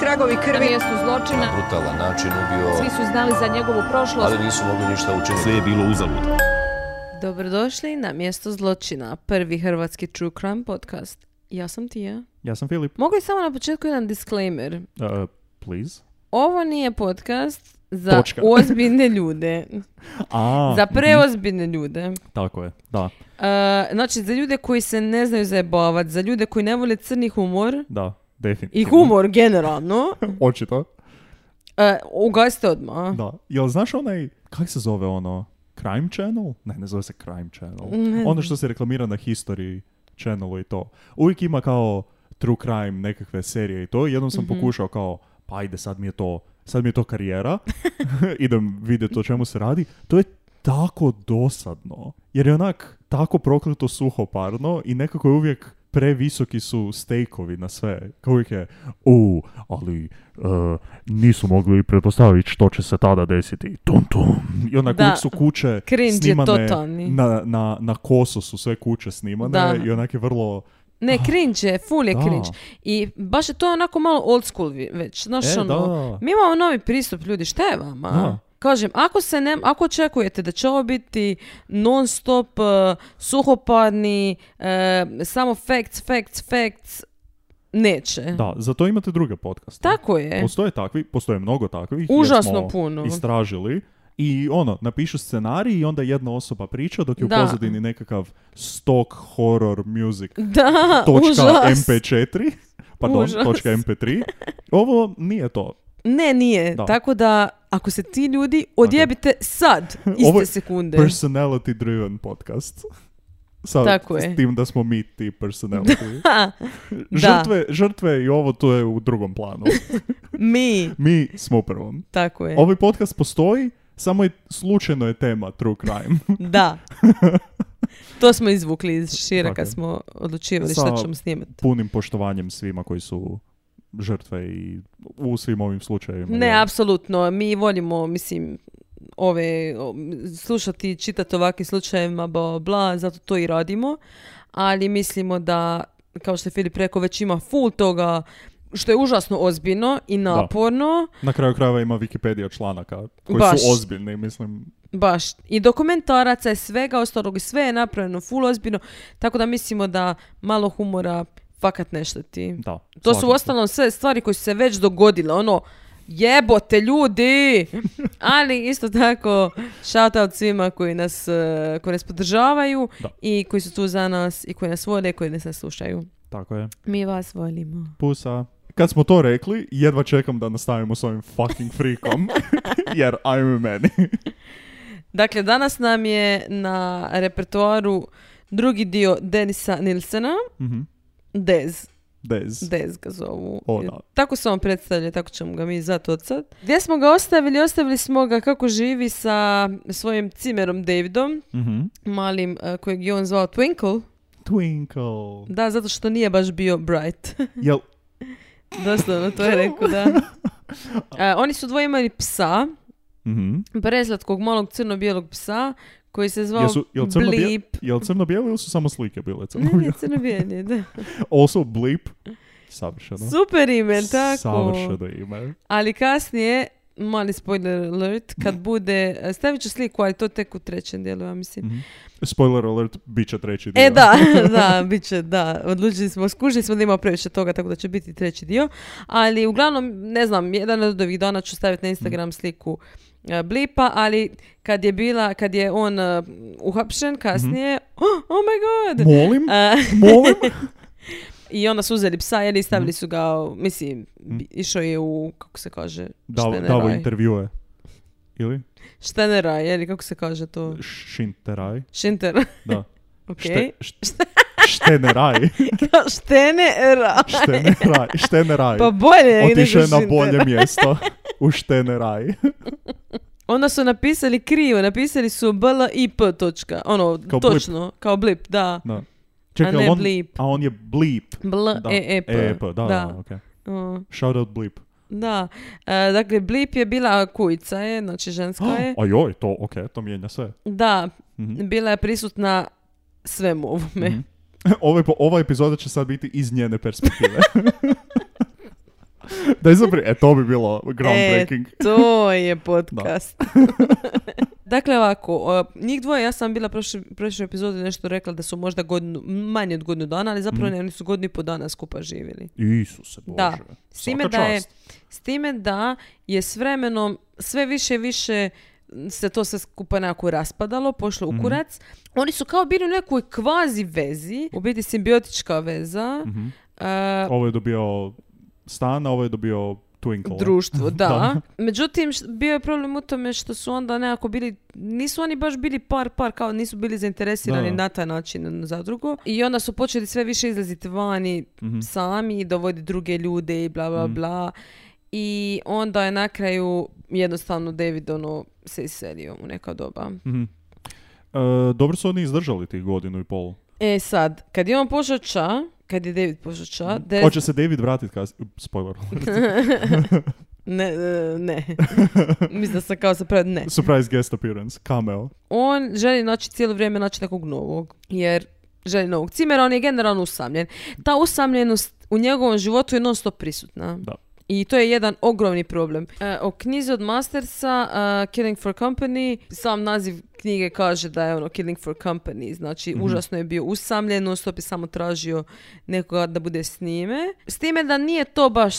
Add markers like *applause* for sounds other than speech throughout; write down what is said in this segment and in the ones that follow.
tragovi Na krvi. mjestu zločina. brutalan način Svi ubio, su znali za njegovu prošlost. ali nisu mogli ništa učiniti. Sve je bilo uzalud. Dobrodošli na mjesto zločina, prvi hrvatski true crime podcast. Ja sam Tija. Ja sam Filip. Mogu li samo na početku jedan disclaimer? Uh, please. Ovo nije podcast za Točka. *laughs* ozbiljne ljude. A, mhm. za preozbiljne ljude. tako je, da, E, znači, za ljude koji se ne znaju zajebavati, za ljude koji ne vole crni humor da, definitivno. i humor generalno, Očito, e, ugasite odmah. da. Jel znaš onaj, kak se zove ono, Crime Channel? Ne, ne zove se Crime Channel. ono što se reklamira na History Channelu i to. Uvijek ima kao true crime nekakve serije i to. Jednom Mhm. sam pokušao kao, pa ajde, sad mi je to, sad mi je to *laughs* karijera. *laughs* Idem vidjeti o čemu se radi. To je tako dosadno. Jer je onak tako prokleto suhoparno i nekako je uvijek previsoki su stejkovi na sve. Kao uvijek je, u, ali e, nisu mogli pretpostaviti što će se tada desiti. Tum, tum. I onako Da. uvijek su kuće Cringe je snimane totalni. na, na, na kosu su sve kuće snimane Da. i onak je vrlo... Ne, cringe je, full je Da. cringe. I baš je to onako malo old school vi- već. Znaš, E, ono, da. mi imamo novi pristup, ljudi, šta je vama? Da. Kažem, ako, se ne, ako očekujete da će ovo biti non stop, eh, suhoparni, eh, samo facts, facts, facts, neće. Da, za to imate druge podcaste. Mm. Tako je. Postoje takvi, postoje mnogo takvih. jer Užasno smo puno. Istražili. I ono, napišu scenarij i onda jedna osoba priča dok je u Da. pozadini nekakav stock horror music Da, *laughs* točka užas. mp4 *laughs* pardon, Užas. točka mp3 ovo nije to. Ne, nije. Da. Tako da, ako se ti ljudi odjebite sad, iste *laughs* Ovo je sekunde. Personality driven podcast. Sa, Tako je. S tim da smo mi ti personality. Ha, *laughs* da, žrtve, žrtve i ovo to je u *laughs* drugom planu. mi, Mi smo u prvom. tako je. Ovaj podcast postoji, samo je slučajno je tema true crime. *laughs* Da. To smo izvukli iz šira Tako kad je. smo odlučivali Sa- šta ćemo snimati. Punim poštovanjem svima koji su žrtve i u svim ovim slučajevima. Ne, Jer- apsolutno. Mi volimo, mislim, ove, o, m, slušati i čitati o ovakvim slučajevima, bla, bla, zato to i radimo. Ali mislimo da, kao što je Filip rekao, već ima full toga što je užasno ozbiljno i naporno. Na kraju krajeva ima Wikipedia članaka koji Baš. su ozbiljni, mislim. Baš. I dokumentaraca i svega ostalog i sve je napravljeno full ozbiljno. Tako da mislimo da malo humora fakat ne šteti. Da. To su svakako. uostalom sve stvari koje su se već dogodile, ono, jebote ljudi! *laughs* Ali isto tako, shout out svima koji nas, eh, koji nas podržavaju Da. i koji su tu za nas i koji nas vole i koji nas ne slušaju. Tako je. Mi vas volimo. Pusa. Kad smo to rekli, jedva čekam da nastavimo s ovim fucking *laughs* frikom, jer ajme meni. Dakle, danas nam je na repertoaru drugi dio Denisa Nilsena, Mhm. Dez. Dez. Dez ga zovu. O, da. Tako se on predstavlja, tako ćemo ga mi zvati od sad. Gdje smo ga ostavili? Ostavili smo ga kako živi sa svojim cimerom Davidom, Mhm. malim eh, kojeg je on zvao Twinkle. Twinkle. Da, zato što nije baš bio bright. *laughs* Jel, Doslovno, to je rekao, da. *laughs* Eh, oni su dvoje imali psa, mhm. preslatkog malog crno-bijelog psa, koji se zvao Jesu- jel crno-bijel- *laughs* Blip. jel crno-bijeli ili su samo slike bile Ne, crno ne, crno-bijel je, *laughs* da. Also Blip. Savršeno. Super ime, tako. Savršeno ime. Ali kasnije, mali spoiler alert, *laughs* kad bude, stavit ću sliku, ali to tek u trećem dijelu, ja mislim. Mhm. Spoiler alert, bit će treći dio. E *laughs* da, *laughs* da, bit će, da. Odlučili smo, skužili smo da ima previše toga, tako da će biti treći dio. Ali uglavnom, ne znam, jedan od ovih dana ću staviti Mm. na Instagram sliku e, Blipa, ali kad je bila, kad je on e, uhapšen Mhm. kasnije, *gasps* oh, oh my god! *laughs* Molim, E, molim. I onda su uzeli psa, jer i Mhm. stavili su ga, u- mislim, bi- išao je u, kako se kaže, Davo, šteneraj. davo intervjue. Ili? Šteneraj, je li, kako se kaže to? Šinteraj. Šinter, *laughs* Da. ok. *laughs* Šte, št- šteneraj. Kao Šteneraj. Šteneraj. Šteneraj. Pa bolje je nego Otišao je na šinter. bolje mjesto. U šteneraj. Onda su napisali krivo, napisali su blip točka, ono, Kao blip. točno, kao blip, da. Da. Čekaj, ne jel on, blip. a on je blip. Bl, Da. e, e, p. E, da, da, da, ok. O, Shout out blip. da. E, dakle, blip je bila kujica je, znači ženska *gasps* je. A joj, to, ok, to mijenja sve. Da, Mhm. bila je prisutna svemu ovome. Ovaj *laughs* Ovo, ova epizoda će sad biti iz njene perspektive. Daj zapri- e, to bi bilo groundbreaking. E, *laughs* to je podcast. *laughs* dakle, ovako, o, njih dvoje, ja sam bila prošle, prošle epizode nešto rekla da su možda godinu, manje od godinu dana, ali Mhm. zapravo ne, oni su godinu i po dana skupa živjeli. Isuse Bože. E, Da. S Svaka time da, je, čast. s time da je s vremenom sve više i više se to sve skupa nekako raspadalo, pošlo u Mhm. kurac. Oni su kao bili u nekoj kvazi vezi, u biti simbiotička veza. Mhm. E, Ovo je dobio stan, a ovo je dobio twinkle. društvo, da. Da. Međutim, š- bio je problem u tome što su onda nekako bili, nisu oni baš bili par, par, kao nisu bili zainteresirani Da. na taj način jedno za drugo. I onda su počeli sve više izlaziti vani Mhm. sami i dovoditi druge ljude i bla, bla, bla. I onda je na kraju jednostavno David ono se iselio u neka doba. Mhm. E, dobro su oni izdržali tih godinu i pol. E sad, kad je on pošao ča, kad je David pošao ča, Derek- Mhm. Hoće se David vratiti kasnije. Spoiler. *laughs* ne, e, ne. mislim da sam kao zapravo ne. Surprise guest appearance. Cameo. on želi znači cijelo vrijeme naći nekog novog, jer želi novog cimera, on je generalno usamljen. Ta usamljenost u njegovom životu je non stop prisutna. Da. I to je jedan ogromni problem. E, o knjizi od Mastersa, e, Killing for Company, sam naziv knjige kaže da je ono Killing for Company, znači užasno je bio usamljen, non stop je samo tražio nekoga da bude s njime. S time da nije to baš,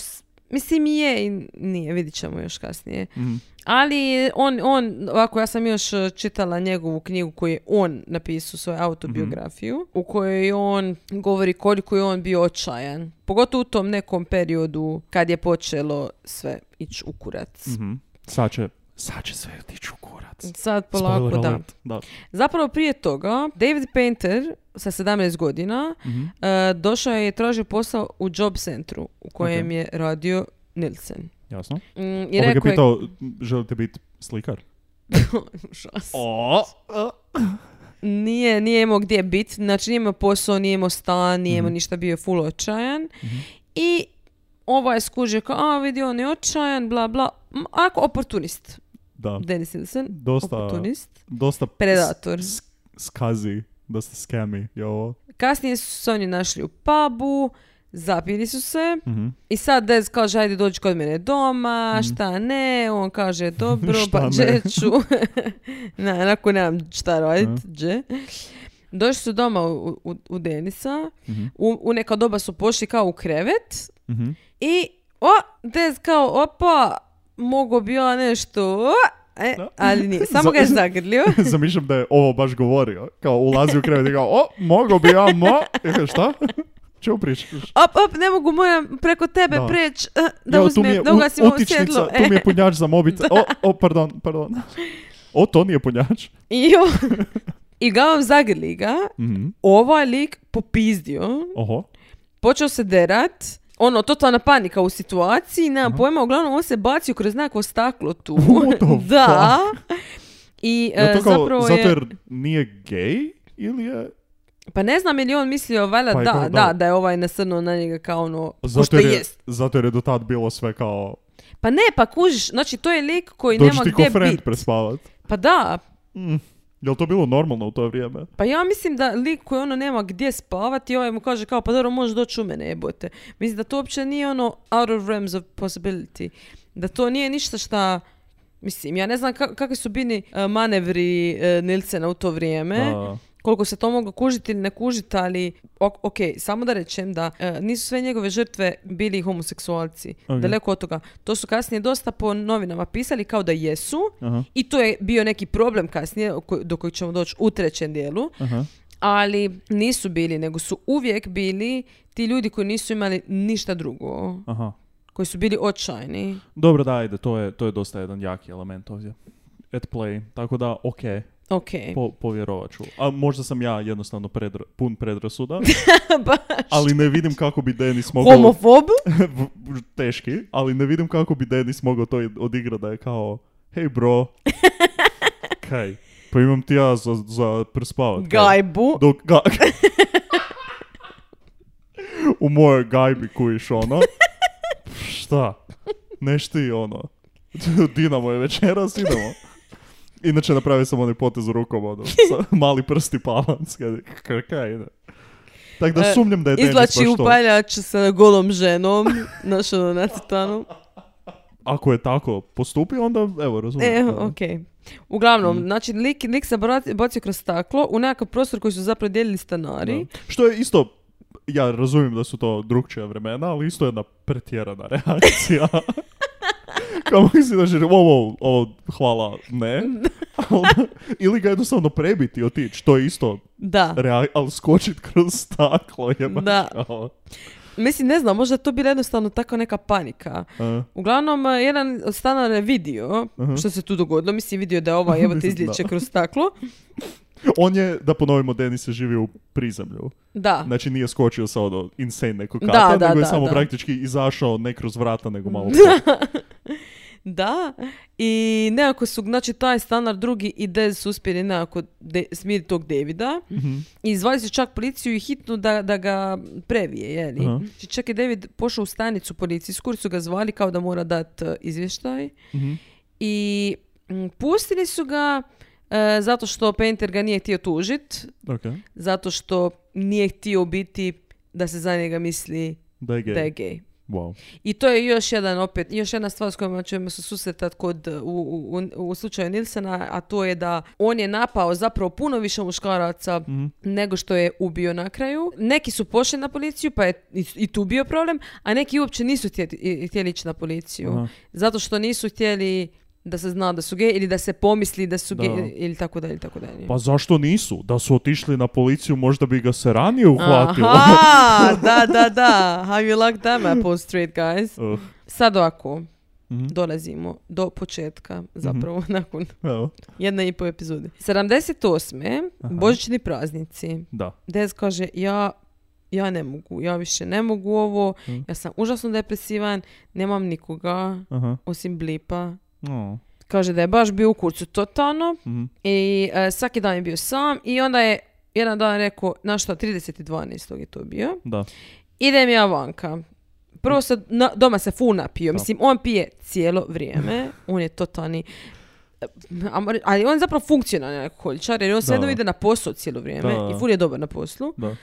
mislim je i nije, vidit ćemo još kasnije. Mhm. Ali on, on, ovako, ja sam još e, čitala njegovu knjigu koju je on napisao, svoju autobiografiju, Mhm. u kojoj on govori koliko je on bio očajan. Pogotovo u tom nekom periodu kad je počelo sve ići u kurac. Mhm. Sad će, sad će sve otići u kurac. Sad polako, Spoiler da. alert. da. Zapravo prije toga, David Painter sa 17 godina Mhm. e, došao je i tražio posao u job centru u kojem Ok. je radio Nilsen. Jasno. Mm, I I ga rekao je... *laughs* pitao, želite biti slikar? Užas. O, Nije, nije imao gdje biti, znači nije imao posao, nije imao stan, nije Mhm. imao ništa, bio je full očajan. I ovaj je skužio kao, a vidi on je očajan, bla bla, M, ako oportunist, da. Dennis Nilsen, Dosta- oportunist, Dosta predator. s- skazi, dosta scami je ovo. Kasnije su se oni našli u pubu, zapili su se Mhm. i sad Dez kaže, ajde dođi kod mene doma, šta ne, on kaže, dobro, Mm. *laughs* Šta pa ne? dže ću. *laughs* ne, onako nemam šta radit, dže. Došli su doma u, u, u Denisa, u, u neka doba su pošli kao u krevet Mhm. i o, Dez kao, opa, mogo bi ja nešto, o, e, Da. ali *laughs* nije, samo ga je zagrlio. *laughs* Zamišljam da je ovo baš govorio. Kao ulazi u krevet i kao, o, mogo bi ja, mo. *laughs* I kao, šta? Čemu pričaš? Op, op, ne mogu, moram preko tebe Da. preć, eh, da Jao, tu mi uzmem, je da u- ugasim ovo utičnica, svjetlo. tu *laughs* mi e. je punjač za mobitel. O, o, pardon, pardon. O, to nije punjač. I, on- *laughs* I gavom zagrli ga, Mhm. ovaj lik popizdio, Oho. počeo se derat, ono, totalna panika u situaciji, nemam pojma, uglavnom on se bacio kroz nekako staklo tu. What the *laughs* da. I Je e, to kao, zapravo zato je... jer nije gej ili je... Pa ne znam je li on mislio, valjda Pa je da, kao da, da. da je ovaj nasrnuo na njega kao ono, ko Zato što jer, je, jest. zato jer je do tad bilo sve kao, Pa ne, pa kužiš, znači to je lik koji dođi nema ti ko gdje friend bit. prespavat. Pa da, Jel to bilo normalno u to vrijeme? pa ja mislim da lik koji ono nema gdje spavati, ovaj mu kaže kao, pa dobro, možeš doći u mene, jebote. Mislim da to uopće nije ono out of realms of possibility. Da to nije ništa šta... Mislim, ja ne znam ka- kakvi su bili e, manevri e, Nilsena u to vrijeme. Da. koliko se to moglo kužiti ili ne kužiti, ali ok, ok, samo da rečem da e, nisu sve njegove žrtve bili homoseksualci. Ok. Daleko od toga. To su kasnije dosta po novinama pisali kao da jesu Aha. i to je bio neki problem kasnije o koj- do kojeg ćemo doći u trećem dijelu, Aha. ali nisu bili, nego su uvijek bili ti ljudi koji nisu imali ništa drugo, Aha. koji su bili očajni. Dobro, da, ajde, to je, to je dosta jedan jaki element ovdje. At play, tako da, ok, Ok. *laughs* po, povjerovat ću. A možda sam ja jednostavno predra- pun predrasuda, Znači. Baš. ali ne vidim kako bi Denis mogao... Homofob? *laughs* teški, ali ne vidim kako bi Denis mogao to odigra da je kao, hej bro, kaj, pa imam ti ja za, za prespavat. kaj." Gajbu? Dok, ga... U mojoj gajbi kujiš ono. Šta? Neš ti ono. Dinamo je večeras, idemo. Inače napravio sam onaj potez u rukom, ono, sa mali prsti palac, kaj, kaj ide. Tako da E, sumnjam da je Denis baš Izvlači to. upaljač sa golom ženom, *laughs* znaš ono, nacrtanu. Ako je tako postupio, onda evo, E, razumijem. Da. Mm. okej. Uglavnom, znači, lik, lik se bra- bacio kroz staklo u nekakav prostor koji su zapravo dijelili stanari. Da. Što je isto, ja razumijem da su to drugčija vremena, ali isto jedna pretjerana *laughs* *laughs* reakcija. Kao mislim da će reći, ovo, ovo, hvala, *laughs* ne. A onda- Ili ga jednostavno prebiti i otići, to je isto, Da. rea- ali skočit kroz staklo je baš Da. kao, Mislim, ne znam, možda je to bila jednostavno tako neka panika. e. Uglavnom, eh, jedan od stanara je vidio što se tu dogodilo. Mislim, vidio da je *laughs* ovaj, evo te Mislim, Mhm. da. izliječe kroz staklo. On je, da ponovimo, Denis je živio u prizemlju. Da. Znači nije skočio sa ono insane nekog kata, Da, da, nego je da, samo da. praktički izašao ne kroz vrata, nego *laughs* malo... Da, i nekako su, znači taj stanar drugi i Dez su uspjeli nekako de, smiriti tog Davida Mhm. i zvali su čak policiju i hitnu da, da ga previje, jeli. Aha. Znači čak je David pošao u stanicu policijsku jer su ga zvali kao da mora dat e, izvještaj Mhm. i m, pustili su ga e, zato što Painter ga nije htio tužit, Okej. zato što nije htio biti da se za njega misli Da je gay. da je gej. Wow. I to je još jedan opet, još jedna stvar s kojom ćemo se susretati kod, u, u, u- u slučaju Nilsena, a to je da on je napao zapravo puno više muškaraca Mhm. nego što je ubio na kraju. Neki su pošli na policiju pa je i, i tu bio problem, a neki uopće nisu htjeti- i- htjeli ići na policiju. Aha. Zato što nisu htjeli da se zna da su gej ili da se pomisli da su Da. gej ili tako dalje, ili tako dalje. Pa zašto nisu? Da su otišli na policiju, možda bi ga se ranije uhvatilo. *laughs* Aha, da, da, da. How you like that, my poor straight guys? Uh, Sad ovako, Mhm. dolazimo do početka, zapravo *laughs* nakon evo, jedne i po epizode. 78. Božićni praznici. da. Dez kaže, ja, ja ne mogu, ja više ne mogu ovo, Mhm. ja sam užasno depresivan, nemam nikoga Aha. osim blipa. No. Kaže da je baš bio u kurcu totalno Mhm. i e, svaki dan je bio sam i onda je jedan dan rekao, znaš šta, 30.12. je to bio, Da. idem ja vanka. Prvo se, na- doma se ful napio. Mislim, on pije cijelo vrijeme. On je totalni... a mora- Ali on je zapravo funkcionalni alkoholičar, jer on sve Da. ide na posao cijelo vrijeme. Da. I ful je dobar na poslu. Da.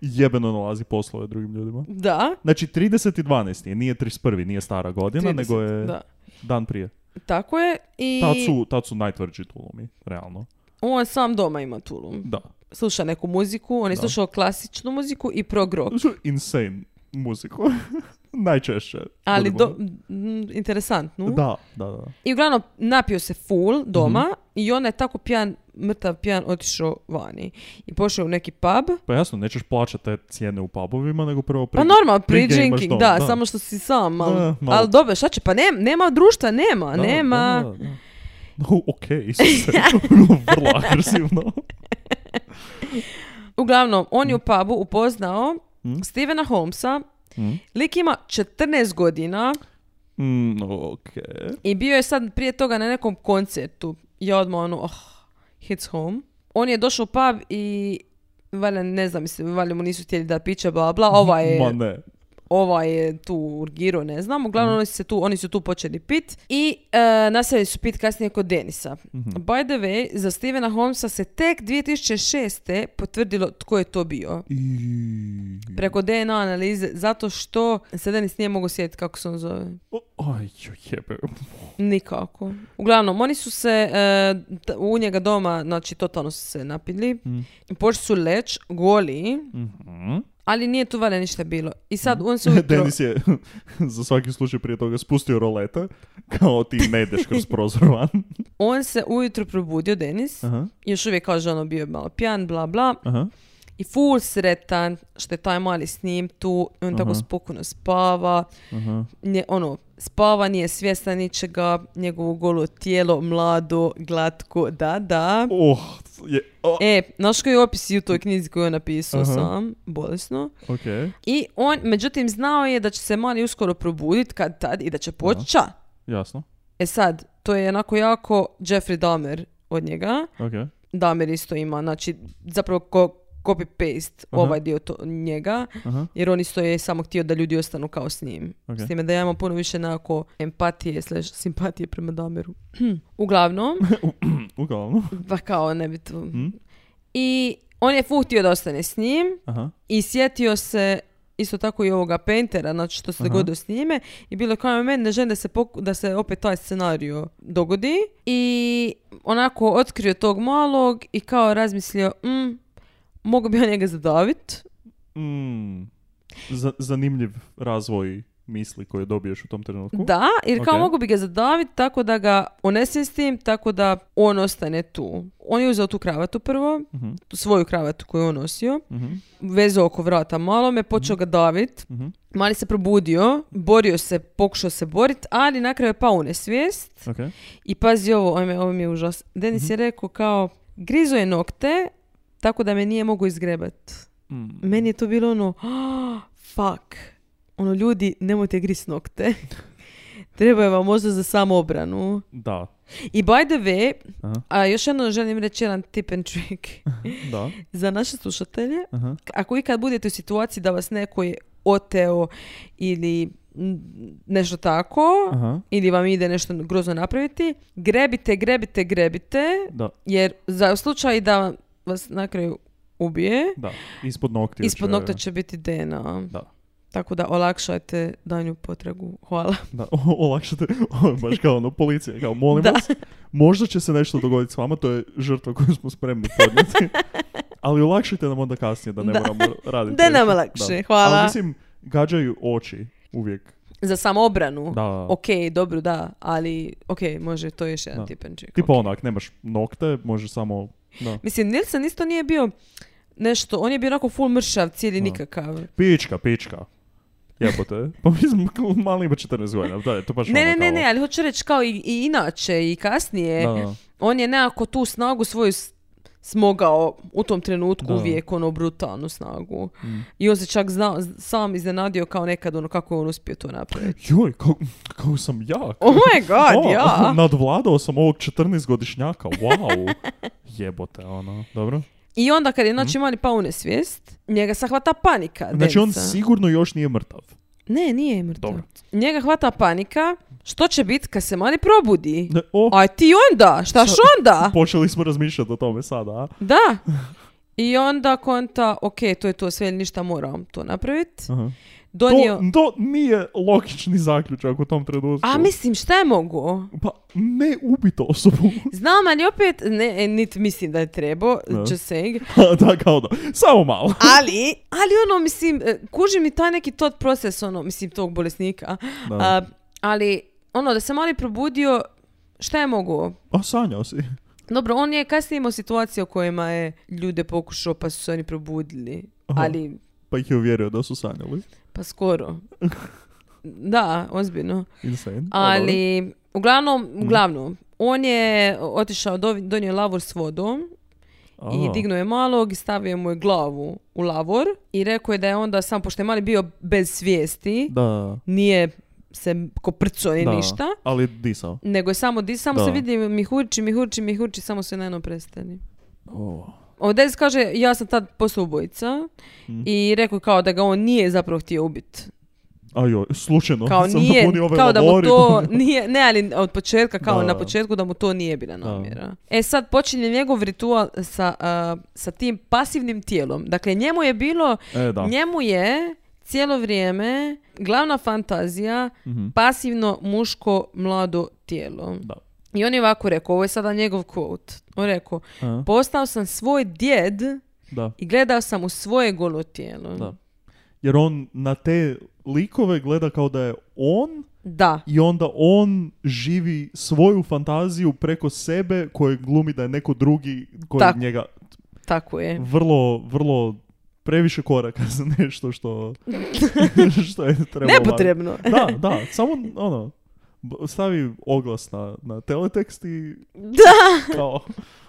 Jebeno nalazi poslove drugim ljudima. Da. Znači, 30.12. nije 31. nije stara godina, 30, nego je Da. dan prije. Tako je. I Tad su, tad su najtvrđi tulumi, realno. on sam doma ima tulum. Da. Sluša neku muziku. On je slušao klasičnu muziku i prog rock. To su insane muziku. *laughs* Najčešće. Ali budimo- do, m, interesantnu. Da, da, da. I uglavnom napio se full doma Mhm. i onda je tako pijan, mrtav pijan otišao vani. I pošao u neki pub. Pa jasno, nećeš plaćati te cijene u pubovima, nego prvo pri... Pa normalno, pre game pre-drinking, baš da, dom, da. samo što si sam, ali, Da, malo. ali dobro, šta će, pa ne- nema društva, nema, Da, nema. da, da, da. No, okej, *laughs* Isuse. *laughs* vrlo agresivno. Uglavnom, on Mhm. je u pubu upoznao Stevena Holmesa, Mm. lik ima 14 godina Mm, okej. i bio je sad prije toga na nekom koncertu. Ja odmah ono, oh, hits home. On je došao u pub i valjda ne znam, mislim, valjda mu nisu htjeli da piće, bla, bla, ovaj je... Ma ne. ovaj je tu urgirao, ne znam. Mhm. Uglavnom oni, su se tu, oni su tu počeli pit i e, nastavili su pit kasnije kod Denisa. Mhm. By the way, za Stevena Holmesa se tek 2006. potvrdilo tko je to bio. I... Preko DNA analize, zato što se Denis nije mogao sjetiti kako se on zove. O, Aj, joj, jebe. Nikako. Uglavnom, oni su se e, t- u njega doma, znači totalno su se napili. Počeli su leć, goli, Mhm. ali nije tu valjda ništa bilo. I sad on se ujutro... *laughs* Denis je za svaki slučaj prije toga spustio rolete, kao ti ne ideš kroz prozor *laughs* van. On se ujutro probudio, Denis. Aha, Još uvijek kaže ono bio je malo pijan, bla bla. aha. I full sretan što je taj mali s njim tu. I on tako Aha. spokojno spava. Aha. Nje, ono, spava, nije svjestan ničega. Njegovo golo tijelo, mlado, glatko, da, da. Oh, je, o, E, znaš koji je opis i u toj knjizi koju je on napisao Aha. sam, bolesno. okej. I on, međutim, znao je da će se mali uskoro probudit kad tad i da će poći ča. Jasno, E sad, to je onako jako Jeffrey Dahmer od njega. okej. Damer isto ima, znači zapravo ko copy-paste ovaj dio to, njega, Aha. jer on isto je samo htio da ljudi ostanu kao s njim. Ok. S time da ja imam puno više nekako empatije slash simpatije prema Dameru. *clears throat* Uglavnom, Uglavnom. pa kao ne bi to... I On je fuh htio da ostane s njim Aha. i sjetio se isto tako i ovoga Pentera, znači što se Aha. dogodilo s njime i bilo je kao meni ne želim da se, poku- da se opet taj scenario dogodi i onako otkrio tog malog i kao razmislio mm, mogu bi ja njega zadavit Mm. Za- zanimljiv razvoj misli koje dobiješ u tom trenutku. Da, jer kao Ok. mogu bi ga zadavit tako da ga onesim s tim, tako da on ostane tu. On je uzeo tu kravatu prvo, Mhm, tu svoju kravatu koju je on nosio, mhm, vezao oko vrata malome, počeo ga davit. mhm. Mali se probudio, borio se, pokušao se borit, ali na kraju je pao u nesvijest. Ok. I pazi ovo, ovo mi, ovo mi je užas. Denis Mhm. je rekao kao, grizo je nokte, tako da me nije mogao izgrebat. Mm. Meni je to bilo ono, "Ah, fuck. Ono, ljudi, nemojte gris nokte. *laughs* Treba je vam možda za samoobranu. Da. I by the way, Aha. a još jedno želim reći jedan tip and *laughs* trick Da. za naše slušatelje. Aha. Ako ikad budete u situaciji da vas neko je oteo ili mm, nešto tako, Aha. ili vam ide nešto grozno napraviti, grebite, grebite, grebite, Da. jer za slučaj da vas na kraju ubije, Da. Ispod nokti. Ispod nokta će biti DNA. Da. Tako da olakšajte danju potragu. Hvala. Da, *laughs* o- olakšate, o, baš kao ono, policija, kao molim Da. vas, možda će se nešto dogoditi s vama, to je žrtva koju smo spremni *laughs* podnijeti, ali olakšajte nam onda kasnije da ne Da. moramo raditi. Da nam više. olakše, hvala. Ali mislim, gađaju oči uvijek. Za samoobranu. Da, da. Ok, dobro, da, ali ok, može, to je još jedan Da. tipenčik. Tipo ok. ono, ako nemaš nokte, možeš samo... Da. Mislim, Nilsen isto nije bio nešto, on je bio onako full mršav, cijeli Da. nikakav. Pička, pička. Jebote. Pa mislim, *laughs* mali ima 14 godina, da, je to baš Ne, ono ne, ne, kao- ne, ali hoću reći kao i, i inače i kasnije, Da, da. on je nekako tu snagu svoju s- smogao u tom trenutku Da. Mm. uvijek, ono, brutalnu snagu. I on se čak znao, sam iznenadio kao nekad, ono, kako je on uspio to napraviti. *laughs* Joj, kako kako sam jak. Oh my god, O, *laughs* ja! Nadvladao sam ovog 14-godišnjaka, *laughs* wow. Jebote, ono, dobro. I onda kad je znači mali pao u nesvijest, njega sad hvata panika. Mm. Znači, on Denisa. sigurno još nije mrtav. Ne, nije mrtav. Dobro. Njega hvata panika, što će biti kad se mali probudi? Ne, o, A ti onda, šta š onda? počeli smo razmišljati o tome sada, a? Da. I onda konta, ok, to je to sve, ništa moram to napraviti. Aha. Donio... To, to nije logični zaključak u tom trenutku. A mislim, šta je mogu? Pa, ne ubito osobu. *laughs* Znam, ali opet, ne, e, niti mislim da je trebao, Da. just saying. da, kao da. Samo malo. Ali, ali ono, mislim, e, kuži mi taj neki tot proces, ono, mislim, tog bolesnika. Da. A, ali, ono, da se mali probudio, šta je mogu? A, sanjao si. Dobro, on je kasnije imao situacije u kojima je ljude pokušao pa su se oni probudili. Aha. Ali, Pa ih je uvjerio da su sanjali. pa *laughs* skoro. Da, ozbiljno. Insane. A, dobro. Ali, uglavnom, Mhm. uglavnom, on je otišao, do, donio je lavor s vodom i A, dignuo je malog i stavio mu je glavu u lavor i rekao je da je onda sam, pošto je mali bio bez svijesti, Da. nije se koprcao ni da. ništa, Ali je disao. nego je samo di, samo Da. se vidi mihurči, mihurči, mihurči, samo se na jednom prestani. O. Odez kaže, ja sam tad postao ubojica Mhm. i rekao kao da ga on nije zapravo htio ubiti. A joj, slučajno. Kao *laughs* sam nije, napunio Ono ove kao da mu lavori. to nije, ne ali od početka, kao Da. na početku da mu to nije bila namjera. E sad počinje njegov ritual sa, a, sa tim pasivnim tijelom. Dakle, njemu je bilo, E, da. njemu je cijelo vrijeme glavna fantazija pasivno muško mlado tijelo. Mhm. Da. I on je ovako rekao, ovo je sada njegov quote. On je rekao, A, postao sam svoj djed *laughs* da. i gledao sam u svoje golo tijelo. Da. Jer on na te likove gleda kao da je on Da. i onda on živi svoju fantaziju preko sebe koje glumi da je neko drugi koji Tako. njega tako je. vrlo, vrlo previše koraka za nešto *laughs* što, što je trebalo. Nepotrebno. Da, da, samo ono, b- stavi oglas na, na teletekst i da. kao,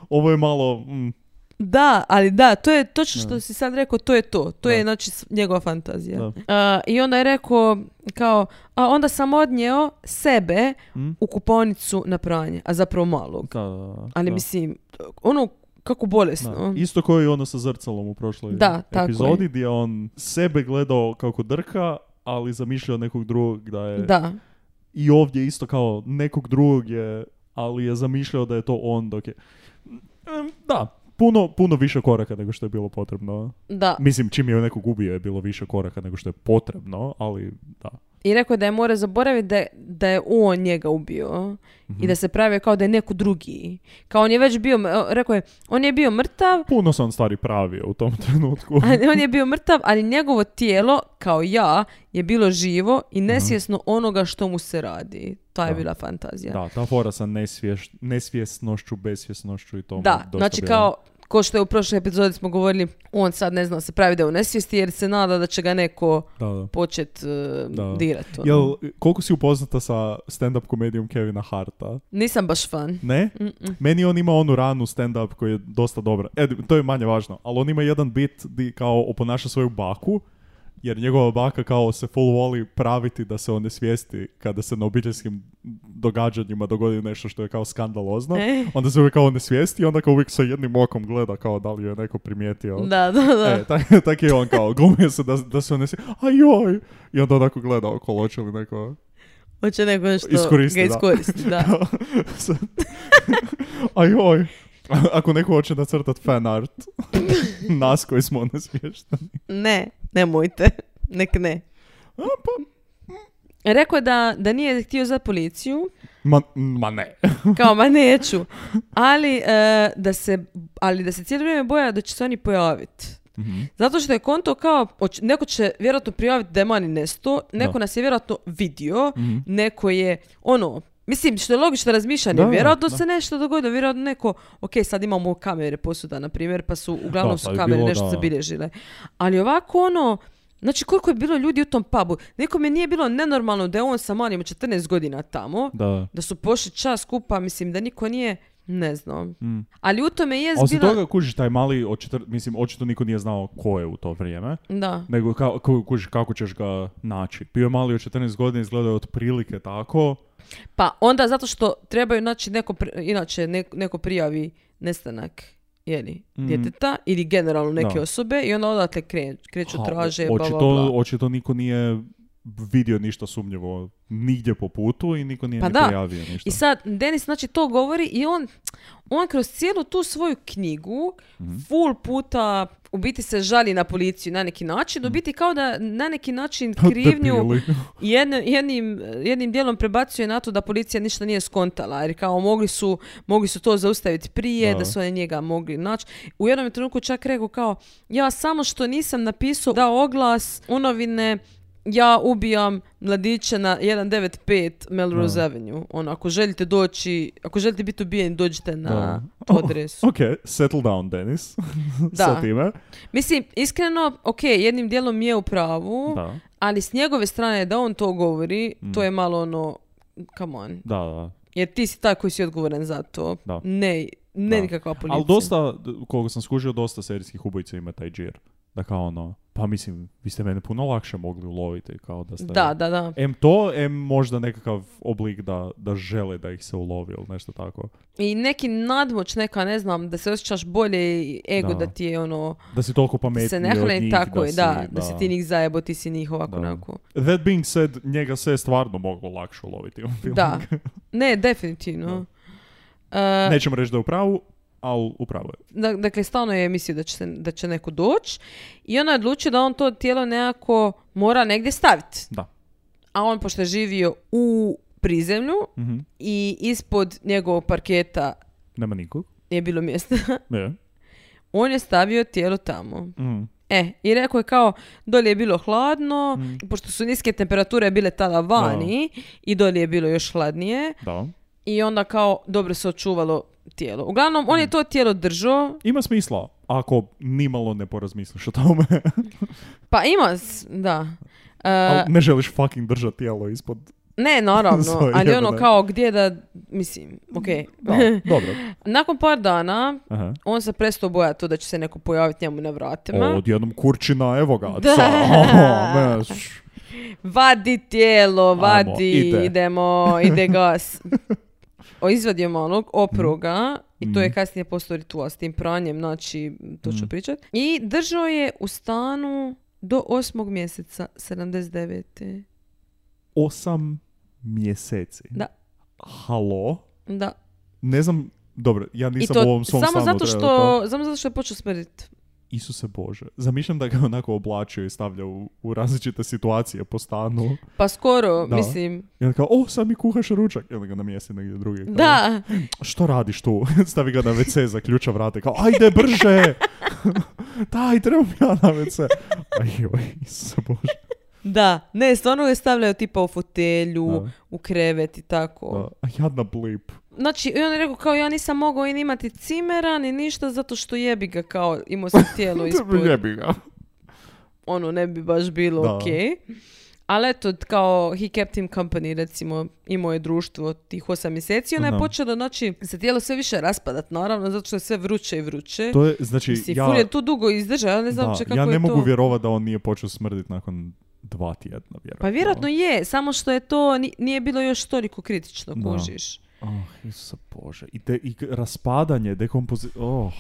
ovo je malo, mm, Da, ali da, to je točno Da. što si sad rekao, to je to. To je Da. znači s- njegova fantazija. Da. A, I onda je rekao kao, a onda sam odnio sebe Mm. u kuponicu na pranje, a zapravo malog. da, da, da, Ali da. mislim, ono kako Da, bolesno. Isto kao i ono sa zrcalom u prošloj Da, tako epizodi gdje je on sebe gledao kako drka, ali zamišljao nekog drugog da je... Da, I ovdje isto kao nekog drugog je, ali je zamišljao Mm, da je to on dok je... Em, Da, puno, puno više koraka nego što je bilo potrebno. Da. Mislim, čim je neko gubio je bilo više koraka nego što je potrebno, ali da. I rekao je da je mora zaboraviti da, da je on njega ubio i Mhm. da se pravio kao da je neko drugi. Kao on je već bio, m- rekao je, on je bio mrtav, Puno se on stari pravio u tom *laughs* trenutku. ali on je bio mrtav, ali njegovo tijelo, kao ja, je bilo živo i nesvjesno onoga što mu se radi. To je Mhm. Da. bila fantazija. Da, ta fora sa nesvješ- nesvjesnošću, besvjesnošću i tomu. Da, dosta znači bila. kao ko što je u prošloj epizodi smo govorili, on sad ne zna se pravi da je u nesvijesti jer se nada da će ga neko Da, da. počet e, Da. dirat. ono. Jel, koliko si upoznata sa stand-up komedijom Kevina Harta? Nisam baš fan. Ne? Meni on ima onu ranu stand-up koji je dosta dobra. E, to je manje važno, ali on ima jedan bit di kao oponaša svoju baku, jer njegova baka kao se full voli praviti da se on ne svijesti kada se na obiteljskim događanjima dogodi nešto što je kao skandalozno. E. Onda se uvijek kao ne svijesti i onda kao uvijek sa jednim okom gleda kao da li ju je neko primijetio. Da, da, da. E, tak, *laughs* tak je on kao, glumio se da, da se on ne svijesti. A joj! I onda onako gleda okolo, hoće li neko... Hoće neko nešto Iskoristi, ga da. iskoristi, da. *laughs* Sad- *laughs* Aj, oj. Ako neko hoće nacrtat fan art, *laughs* nas koji smo nesmještani. Ne, nemojte. Nek ne. pa- Rekao je da, da nije htio za policiju, Ma, ma ne. *laughs* kao ma neću, ali, e, da, se, ali da se cijelo vrijeme boja da će se oni pojaviti. Mhm. Zato što je konto kao, oč- neko će vjerojatno prijaviti da je mani nesto, neko Da. nas je vjerojatno vidio, Mhm. neko je, ono, mislim, što je logično razmišljanje, Da, da, vjerojatno da. se nešto dogodilo, vjerojatno neko, ok, sad imamo kamere posuda, na primjer, pa su, uglavnom Da, su pa je kamere bilo, nešto da. zabilježile. Ali ovako, ono, znači koliko je bilo ljudi u tom pubu, nekome nije bilo nenormalno da je on sa manijom 14 godina tamo, Da. da su pošli čas skupa, mislim, da niko nije, ne znam. Ali u tome je Mm. Osim bila... toga, kužiš, taj mali, od četir- mislim, očito niko nije znao ko je u to vrijeme. Da. Nego, ka, ku- kužiš, kako ćeš ga naći. Bio je mali od 14 godina, izgledao je otprilike tako. Pa onda zato što trebaju naći neko, pri- inače ne- neko prijavi nestanak jeli, djeteta ili generalno neke Mm. Da. osobe i onda odatle kre- kreću, Ha, traže, bla, bla, očito, bla. očito niko nije vidio ništa sumnjivo nigdje po putu i niko nije Pa ni da. prijavio ništa. I *laughs* sad, Denis znači to govori i on, on kroz cijelu tu svoju knjigu Mhm. full puta u biti se žali na policiju na neki način, u Mhm. biti kao da na neki *laughs* način krivnju Debili. jedno- jednim, jednim dijelom prebacuje na to da policija ništa nije skontala, jer kao mogli su, mogli su to zaustaviti prije, da, Da. su oni njega mogli naći. U jednom je trenutku čak rekao kao, ja samo što nisam napisao da oglas u novine ja ubijam mladiće na 195 Melrose Avenue. Ono, ako želite doći, ako želite biti ubijeni, dođite na Da. tu *laughs* adresu. Ok, settle down, Denis. *laughs* Da. Sa time. Mislim, iskreno, ok, jednim dijelom je u pravu, Da, Mm. ali s njegove strane da on to govori, to je malo ono, come on. da, da. Jer ti si taj koji si odgovoran za to. Da. Ne, ne Da. nikakva policija. Ali dosta, d- koliko sam skužio, dosta serijskih ubojica ima taj džir. Da kao ono, pa mislim, vi ste mene puno lakše mogli uloviti kao da ste... Da, da, da. Em to, em možda nekakav oblik da, da žele da ih se ulovi ili nešto tako. I neki nadmoć, neka, ne znam, da se osjećaš bolje i ego da, Da. ti je ono... Da si da toliko se pametniji ne od hrani njih, tako da je, si, da, da, si ti njih zajebo, ti si njih ovako, Da. onako. That being said, njega se stvarno moglo lakše uloviti. u filmu. *laughs* Da. Ne, definitivno. E, Nećemo reći da je u pravu, ali u pravu je. da- dakle, stalno je mislio da će, se, da će neko doći i ona je odlučio da on to tijelo nekako mora negdje staviti. Da. A on, pošto je živio u prizemlju Mhm. i ispod njegovog parketa Nema nikog. nije bilo mjesta, Ne. on je stavio tijelo tamo. Mhm. E, i rekao je kao, dolje je bilo hladno, pošto su niske temperature bile tada vani i dolje je bilo još hladnije Da. i onda kao dobro se očuvalo tijelo. Uglavnom, on je to tijelo držao, Ima smisla ako nimalo ne porazmisliš o *laughs* tome. pa ima, s- da. E, Ali ne želiš fucking držati tijelo ispod... ne, naravno, Sorry, ali ono jebeno. kao gdje da, mislim, okej. *laughs* Da, dobro. Nakon par dana, Aha. on se prestao bojati to da će se neko pojaviti njemu na vratima. O, odjednom kurčina, evo ga. Da. *laughs* ca. O, ne, š- Vadi tijelo, vadi, ide. idemo, ide *laughs* gas. O, izvadio malog, opruga, i to Mhm. je kasnije postao ritual s tim pranjem, znači, to ću pričat. I držao je u stanu do osmog mjeseca 79. Osam mjeseci. Da. Halo? Da. Ne znam Dobro, ja I nisam to u ovom svom samo stanu zato što, trenutno. samo zato što je počeo smerit. Isuse Bože. Zamišljam da ga onako oblačio i stavlja u, u različite situacije po stanu. Pa skoro, Da. mislim. I onda kao, o, sad mi kuhaš ručak. I onda ga namjesti negdje drugi. Kao, Da, Što radiš tu? *laughs* Stavi ga na WC, zaključa vrate. Kao, ajde brže! *laughs* Daj, trebam ja na WC. Aj, joj, Isuse Bože. da. Ne, stvarno ga stavljaju tipa u fotelju, Da. u krevet i tako. Da. A jadna blip. Znači, i on je rekao kao ja nisam mogao i imati cimera ni ništa zato što jebi ga kao imao *laughs* sam tijelo ispod. Jebi ga. ono ne bi baš bilo Da. ok. Ali eto, kao he kept him company, recimo, imao je društvo tih osam mjeseci. i Ona je Da. počela, znači, se tijelo sve više raspadat, naravno, zato što je sve vruće i vruće. To je, znači, Mislim, ja... ful je tu dugo izdržao, ja ne znam da, uopće kako ja ne je mogu to. vjerovat da on nije počeo smrdit nakon dva tjedna, vjerojatno. Pa vjerojatno je, samo što je to, ni- nije bilo još toliko kritično, Da. kužiš. Oh, Isuse Bože. I, de, i raspadanje, dekompozicija. Oh.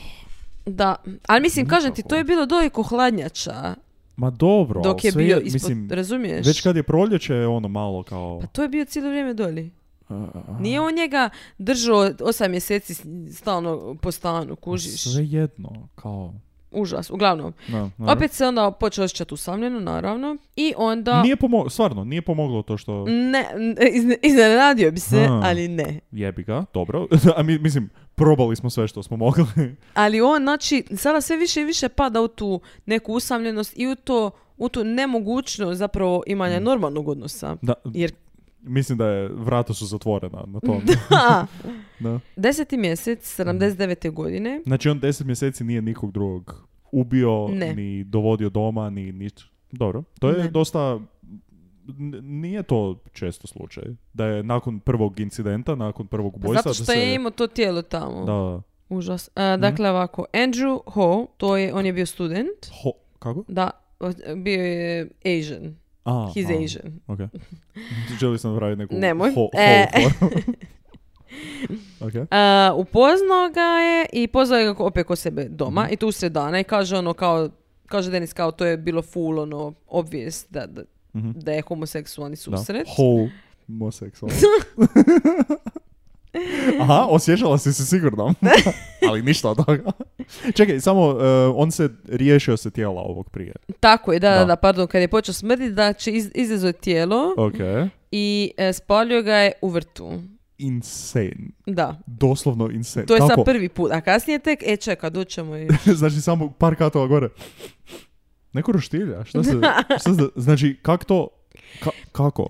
Da, ali mislim, kažem ti, Nikako. to je bilo dojko hladnjača Ma dobro, dok je sve bio ispod, mislim, razumiješ? već kad je proljeće, ono malo kao... Pa to je bio cijelo vrijeme doli. a, a, a. Pa Nije on njega držao osam mjeseci s- stalno po stanu, kužiš. Sve jedno, kao... Užas, uglavnom. Da, da. Opet se onda počeo osjećati usamljeno, naravno. I onda... Nije pomoglo, stvarno, nije pomoglo to što Ne, n- izne- iznenadio bi se, Ha. ali ne. jebi ga, dobro. *laughs* a mi, mislim, probali smo sve što smo mogli. *laughs* Ali on, znači, sada sve više i više pada u tu neku usamljenost i u to u tu nemogućnost zapravo imanja Mm. normalnog *laughs* odnosa. Da, Jer, mislim da je vrata su zatvorena na *laughs* tom. ha, da. deseti mjesec 79. godine, Znači on deset mjeseci nije nikog drugog ubio, Ne. ni dovodio doma, ni nič. Dobro, to je Ne. dosta... n- Nije to često slučaj. Da je nakon prvog incidenta, nakon prvog pa ubojstva... zato što da se, je imao to tijelo tamo. Da. Užas. Mhm. E, dakle, ovako, Andrew Ho, to je, on je bio student, Ho, kako? da, bio je Asian, A, he's a, Asian. Ok. *laughs* Želi sam napraviti neku... Nemoj. Ho, ho, E. ho. ok. E, upoznao ga je i pozvao je ga opet kod sebe doma Mhm. i to usred dana i kaže ono kao, kaže Denis kao to je bilo full ono obvijest da, da, Mhm. da je homoseksualni Da. susret. Ho, *laughs* Aha, osjećala si se sigurno. Ali ništa od toga. Čekaj, samo, e, on se riješio se tijela ovog prije. Tako je, da, da, Da. da, pardon, kad je počeo smrditi, znači iz, izrezao je tijelo Ok. i e, spalio ga je u vrtu. Insane. Da, Doslovno insane. to je Kako? sad prvi put, a kasnije tek, e čeka, doćemo i... *laughs* znači, samo par katova gore. Neko roštilja? Šta se... Šta se znači, kak to... ka- kako?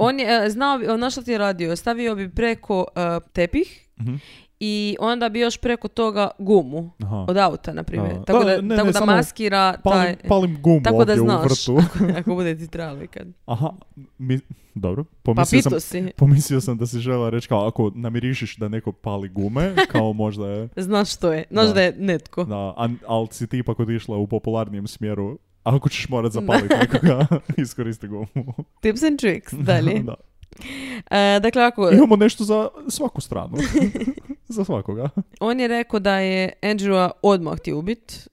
On je e, znao, bi- ono što ti je radio, stavio bi preko e, tepih Mhm. i onda bi još preko toga gumu. Aha. Od auta, na primjer. Da. Tako Da, da, ne, tako ne, da samo maskira taj... Palim, palim gumu tako da ovdje u znaš, *laughs* vrtu. ako bude ti trebalo ikad. Aha, mi- dobro. Pa Pomislio sam, pito si, pomislio sam da si žela reći kao ako namirišiš da neko pali gume, *laughs* kao možda je, znaš što je, znaš da, Da. je netko. da, an, ali si ti ipak otišla u popularnijem smjeru, ako ćeš morat zapaliti *laughs* nekoga, *laughs* iskoristi gumu. Tips and *laughs* tricks, dalje. Da. E, dakle, ako, Imamo nešto za svaku *laughs* stranu. za svakoga. on je rekao da je Andrewa odmah ti *laughs* ubit.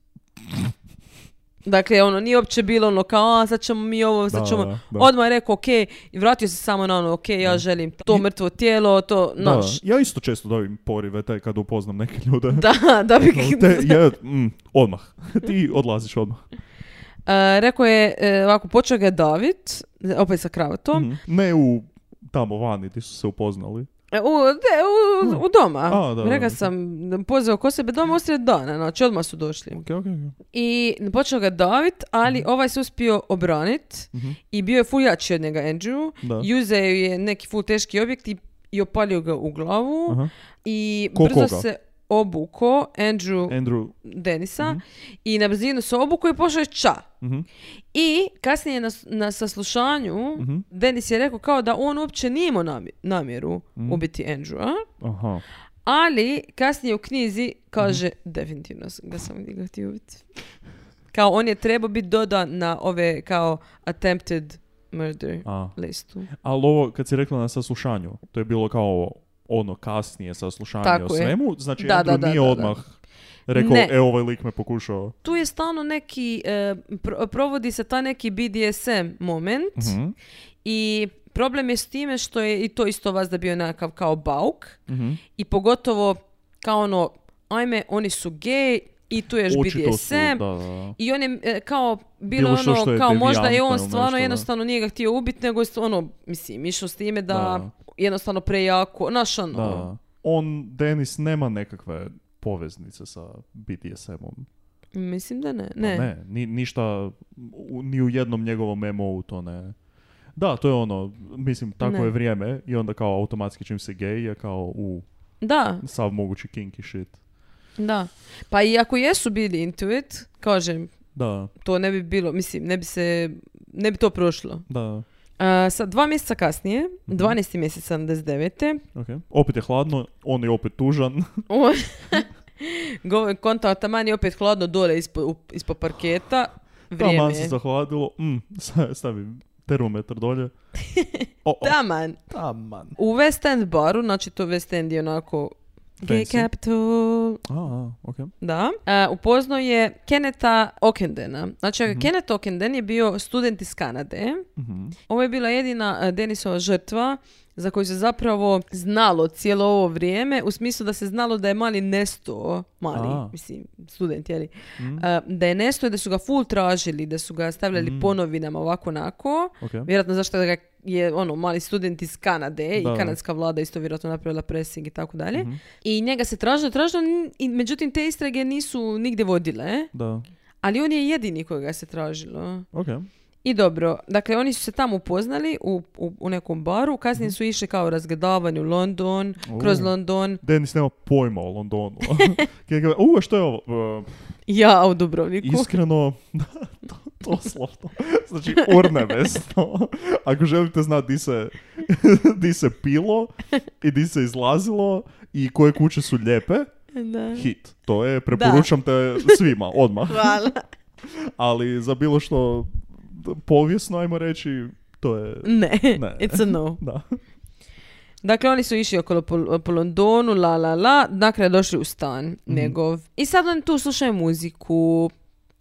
Dakle, ono, nije uopće bilo ono kao, a sad ćemo mi ovo, sad Da, ćemo... da, da. Odmah je rekao, ok, i vratio se samo na ono, ok, ja želim to mrtvo tijelo, to, Da, znaš. *laughs* ja isto često dobim porive te kad upoznam neke ljude. Da, da bi... Kao Te, *laughs* ja, mm, odmah. Ti odlaziš odmah. E, rekao je, e, ovako, počeo ga je davit, opet sa kravatom, Mhm. Ne u tamo vani, ti su se upoznali. E, U, de, u, u doma. Mm. A, da, da, Rekla da. sam, pozvao ko sebe doma usred dana, znači odmah su došli. Ok, ok, ok. I počeo ga davit, ali ovaj se uspio obranit Mhm. i bio je ful jači od njega Andrew. Da. Juzeo je neki ful teški objekt i, i opalio ga u glavu Aha. i Ko brzo koga? se obuko Andrew Andrew, Denisa i na brzinu se obuko i pošao je ča. mhm. I kasnije na, s- na saslušanju Mhm. Denis je rekao kao da on uopće nije imao namje- namjeru Mhm. ubiti Andrewa. Aha. Ali kasnije u knjizi kaže Mhm. definitivno sam- da sam ga htio ubiti. Kao on je trebao biti dodan na ove kao attempted murder A. listu. Ali ovo, kad si rekla na saslušanju, to je bilo kao ono kasnije saslušanje Tako o je. svemu, znači Da, Andrew da, da, nije da, da. odmah rekao, Ne. e, ovaj lik me pokušao. Tu je stalno neki, e, pro- provodi se taj neki BDSM moment Mhm. i problem je s time što je i to isto vas da bio nekakav kao bauk Mhm. i pogotovo kao ono, ajme, oni su gej i tu ješ Očito su, BDSM. da, da, da. I on je e, kao, bilo, Bilo što ono, što je kao možda je devijantno on ili stvarno nešto, da. jednostavno nije ga htio ubiti, nego je st- ono, mislim, išao s time da, Da. jednostavno prejako, naš ono, Da. On, Denis, nema nekakve poveznice sa BDSM-om. mislim da ne, Pa ne. ne ni, ništa, u- ni u jednom njegovom MO-u to ne... Da, to je ono, mislim, tako Ne. je vrijeme i onda kao automatski čim si gej je kao u Da, sav mogući kinky shit. da. Pa i ako jesu bili intuit, kažem, Da, to ne bi bilo, mislim, ne bi se, ne bi to prošlo. da, A, sad, dva mjeseca kasnije, Mhm. 12. mjesec 79. ok. Opet je hladno, on je opet tužan. *laughs* On *laughs* Gov- konta taman je opet hladno dole ispod, up- ispod parketa. Vrijeme Taman se je. zahladilo, mm, sa- stavim *laughs* termometar dolje. O, o, Taman. taman. U West End baru, znači to West End je onako... Gay Fancy. Capital, A, a, ok. da. E, upoznao je Keneta Okendena. Znači, Kenneth Okenden je bio student iz Kanade. Mhm. Ovo je bila jedina e, Denisova žrtva za koju se zapravo znalo cijelo ovo vrijeme, u smislu da se znalo da je mali nesto, mali, A. mislim, student, jeli, Mm. e, da je nesto i da su ga full tražili, da su ga stavljali po novinama ovako onako. Ok. Vjerojatno zašto ga je ono mali student iz Kanade Da. Mhm. i kanadska vlada isto vjerojatno napravila pressing i tako dalje. I njega se tražilo, tražilo n- i međutim te istrage nisu nigdje vodile, Da, ali on je jedini kojega se tražilo. ok. I dobro, dakle oni su se tamo upoznali u, u, u nekom baru, kasnije su išli kao razgledavanje u London, Mhm. U. kroz London, Denis nema pojma o Londonu. *laughs* Kaj ga- U, a što je ovo? E, ja u Dubrovniku. iskreno, *laughs* to, doslovno. Znači, ornevesno. Ako želite znati di se, *laughs* di se pilo i di se izlazilo i koje kuće su lijepe, *laughs* Da. hit. To je, preporučam te svima, *laughs* odmah. Hvala. Ali za bilo što povijesno, ajmo reći, to je... Ne, Ne. it's a no. Da. Dakle, oni su išli okolo po, po Londonu, la la la, dakle došli u stan Mhm. njegov. I sad oni tu slušaju muziku,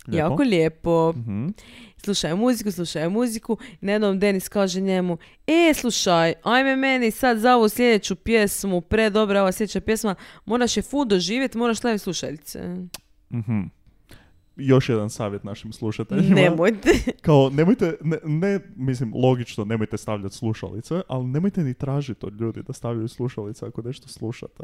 Lijepo. jako lijepo. Mhm. Slušaju muziku, slušaju muziku. I na jednom Denis kaže njemu, e, slušaj, ajme meni sad za ovu sljedeću pjesmu, predobra ova sljedeća pjesma, moraš je full doživjeti, moraš staviti slušalice. Mhm. Još jedan savjet našim slušateljima. Nemojte. *laughs* Kao, nemojte, ne, ne, mislim, logično, nemojte stavljati slušalice, ali nemojte ni tražiti od ljudi da stavljaju slušalice ako nešto slušate.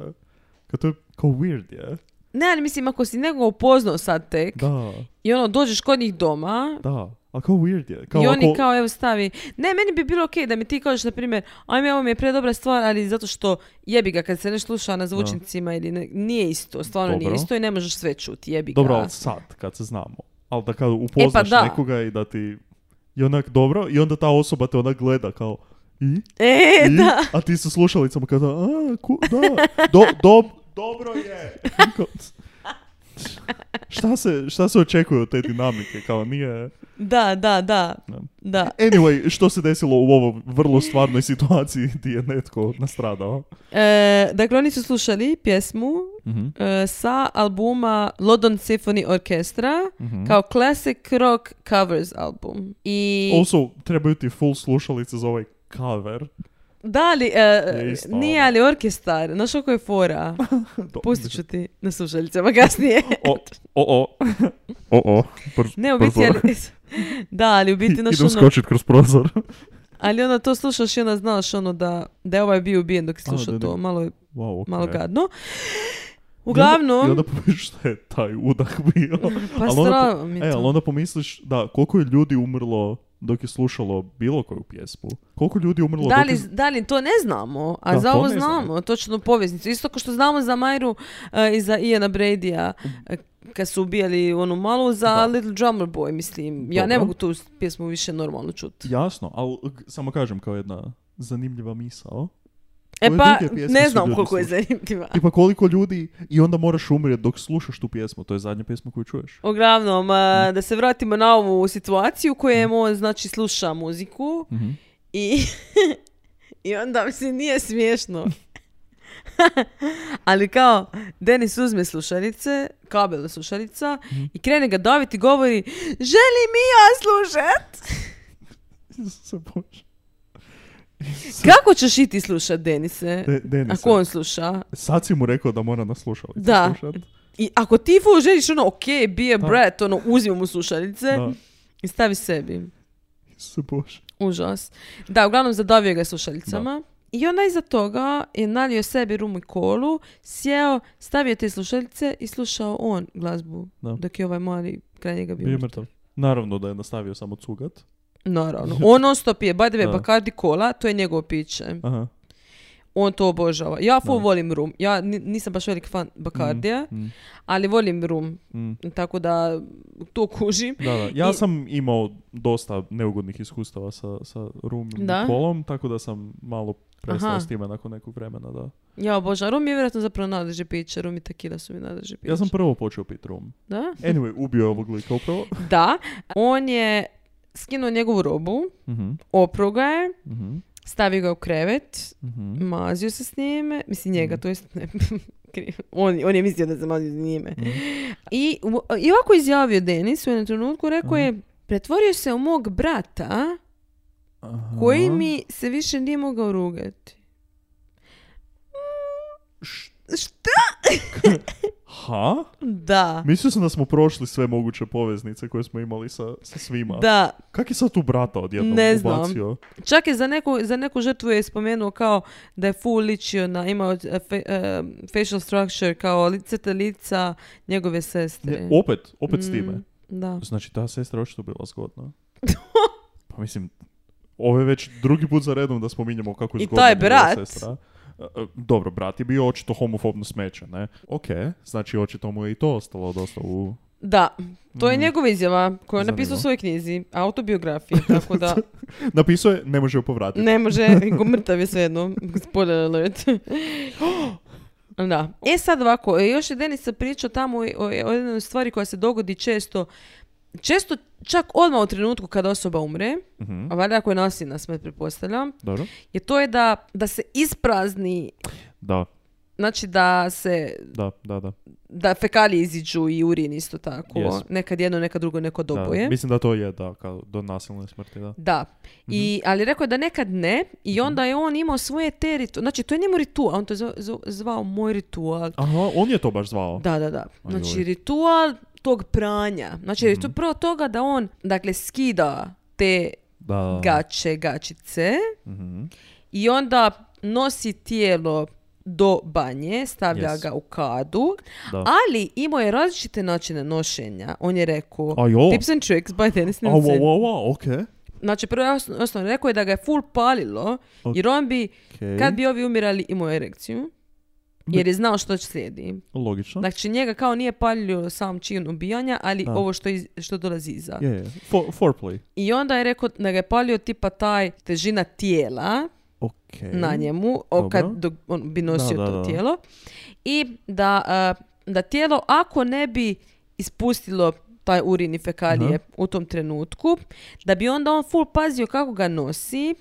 Kao to je, kao weird je. Ne, ali mislim, ako si nekoga upoznao sad tek Da, i ono, dođeš kod njih doma, da. Ali kao weird je. Kao I oni ako- kao evo stavi, ne meni bi bilo okej da mi ti kažeš na primjer, ajme ovo mi je predobra stvar, ali zato što jebi ga kad se ne sluša na zvučnicima ili ne- nije isto, stvarno nije Dobro. isto i ne možeš sve čuti, jebi Dobro, ga. ali sad, kad se znamo. Ali da kad upoznaš E, pa da. nekoga i da ti i onak dobro, i onda ta osoba te onak gleda kao, i? E, I? *laughs* da, A ti sa slušalicama kada, a, ku, da, do, do, dobro je. Kao, šta, se, šta se očekuje od te dinamike? Kao nije... da, da, da, Da. da. Anyway, što se desilo u ovoj vrlo stvarnoj situaciji gdje je netko nastradao? E, dakle, oni su slušali pjesmu Mhm. e, sa albuma London Symphony Orchestra Mhm. kao classic rock covers album. I Also, trebaju ti full slušalice za ovaj cover. da li, e, Je isto, nije ono. ali orkestar, znaš kako je *laughs* fora? Do- Pustit ću ti na slušalicama *laughs* kasnije. O, o, o. o, o. Pr- Ne, u biti, prozor. ali, *laughs* da, ali u biti, znaš, *laughs* Idem ono, skočit kroz prozor. ali onda to slušaš i onda znaš, ono, da, da je ovaj bio ubijen dok je A, da, slušao da. to, malo, je- Wow, ok. malo gadno. I Uglavnom, onda, i onda pomisliš šta je taj udah *laughs* bio. pa ali onda po- strava mi je E, ali to. onda pomisliš, da, koliko je ljudi umrlo dok je slušalo bilo koju pjesmu? Koliko ljudi umrlo Da dok li, je... da li to ne znamo, a Da, za to ovo ne znamo. znamo, točno poveznicu. Isto kao što znamo za Majru e, i za Iana Bradya, e, kad su ubijali onu malu za Da. Little Drummer Boy, mislim. Ja ne Dobro. mogu tu pjesmu više normalno čuti. Jasno, ali g- samo kažem kao jedna zanimljiva misao. E Koje pa, druge pjesme ne su znam ljudi koliko je zanimljiva. Tipa koliko ljudi i onda moraš umrijeti dok slušaš tu pjesmu, to je zadnja pjesma koju *laughs* čuješ. Uglavnom, Mhm. e, da se vratimo na ovu situaciju u kojoj on znači sluša muziku Mhm. i, *laughs* i onda mislim nije smiješno. *laughs* Ali kao, Denis uzme slušalice, kabel slušalica Mhm. i krene ga daviti i govori *laughs* želim i ja slušat! Isuse Bože. Kako ćeš i ti slušat Denise? De- Denise. Ako on sluša. Sad si mu rekao da mora na slušalice Da. slušat. I ako ti full želiš ono, ok, be a Da. brat, ono, uzmi mu slušalice Da. i stavi sebi. Isuse Bože. Užas. Da, uglavnom zadavio ga je slušalicama. I onda iza toga je nalio sebi rum i kolu, sjeo, stavio te slušalice i slušao on glazbu. Da. Dok je ovaj mali kraj njega bio. Bio je mrtav. mrtav. Naravno da je nastavio samo cugat. *laughs* Naravno. On non stop pije. By the way, Da. Bacardi kola, to je njegovo piće. Aha. On to obožava. Ja full Da. volim rum. Ja ni- nisam baš velik fan Bacardija, Mm, mm, ali volim rum. mm. Tako da to kužim. Da, da. Ja I- sam imao dosta neugodnih iskustava sa, sa rum i Da? kolom, tako da sam malo prestao Aha. s time nakon nekog vremena, da. Ja obožavam. Rum je vjerojatno zapravo nadrže piće. Rum i tequila su mi nadrže piće. Ja sam prvo počeo pit rum. Da? Anyway, ubio je ovog lika upravo. Da. On je skinuo njegovu robu, Mhm, opro ga je, mhm, stavio ga u krevet, mhm, mazio se s njime. Mislim njega, Mhm. to jest... Ne, *laughs* krivo. on, on je mislio da se mazio s njime. mhm. I, u- I ovako izjavio Denis u jednom trenutku, rekao Aha. je, pretvorio se u mog brata *laughs* koji Aha. mi se više nije mogao rugati. Mm, Š- Šta? Ha? Da. Mislio sam da smo prošli sve moguće poveznice koje smo imali sa, sa svima. Da, Kak je sad tu brata odjednom Ne znam. ubacio? čak je za neku, za neku žrtvu je spomenuo kao da je full ličio na, imao e, fe- e, facial structure kao lice te lica njegove sestre. Ne, opet, opet s Mm, time. Da. Znači, ta sestra očito bila *laughs* zgodna. Pa mislim, ovo je već drugi put za redom da spominjemo kako je I zgodna taj njegova brat. sestra. E, e, Dobro, brat je bio očito homofobno smeće, ne? Ok, znači očito mu je i to ostalo dosta u... Da, to je Mm. njegova izjava koju je napisao u Zanimljivo. svojoj knjizi, autobiografiji, tako da Napisao je, ne može joj povratiti. ne može, go- mrtav je svejedno, spoiler alert. *gasps* Da. E sad ovako, još je Denisa pričao tamo o, o, o jednoj stvari koja se dogodi često, često čak odmah u trenutku kada osoba umre, Mhm, a valjda ako je nasilna smet pretpostavljam, Dobro. je to je da, da se isprazni, Da, znači da se da, da, da. da fekalije iziđu i urin isto tako. Yes. Nekad jedno, nekad drugo, neko Da, doboje. Mislim da to je, da, kao do nasilne smrti, da. Da. I, ali rekao je da nekad ne i onda je on imao svoje te ritu- Znači, to je njemu ritual. On to je zva- zva- zvao moj ritual. Aha, on je to baš zvao. Da, da, da. Aj, Znači, joj. ritual tog pranja. Znači, je to prvo toga da on, dakle, skida te Da. gače, gačice Mhm. i onda nosi tijelo do banje, stavlja Yes. ga u kadu, Da. ali imao je različite načine nošenja. On je rekao, A jo. tips and tricks by Dennis A, Nielsen. wow, wow, wow, okej. Znači, prvo je osno- osnovno rekao je da ga je full palilo, jer on bi, Okej. kad bi ovi umirali, imao erekciju. Jer je znao što će slijedi. Logično. Znači, njega kao nije palio sam čin ubijanja, ali Da. ovo što, iz- što dolazi iza. Je, je. For, foreplay. I onda je rekao da ga je palio tipa taj težina tijela Okej. na njemu, o, kad dobro. dok on bi nosio Da, da, to da. tijelo. I da, eh, da tijelo, ako ne bi ispustilo taj urin i fekalije u tom trenutku, da bi onda on full pazio kako ga nosi.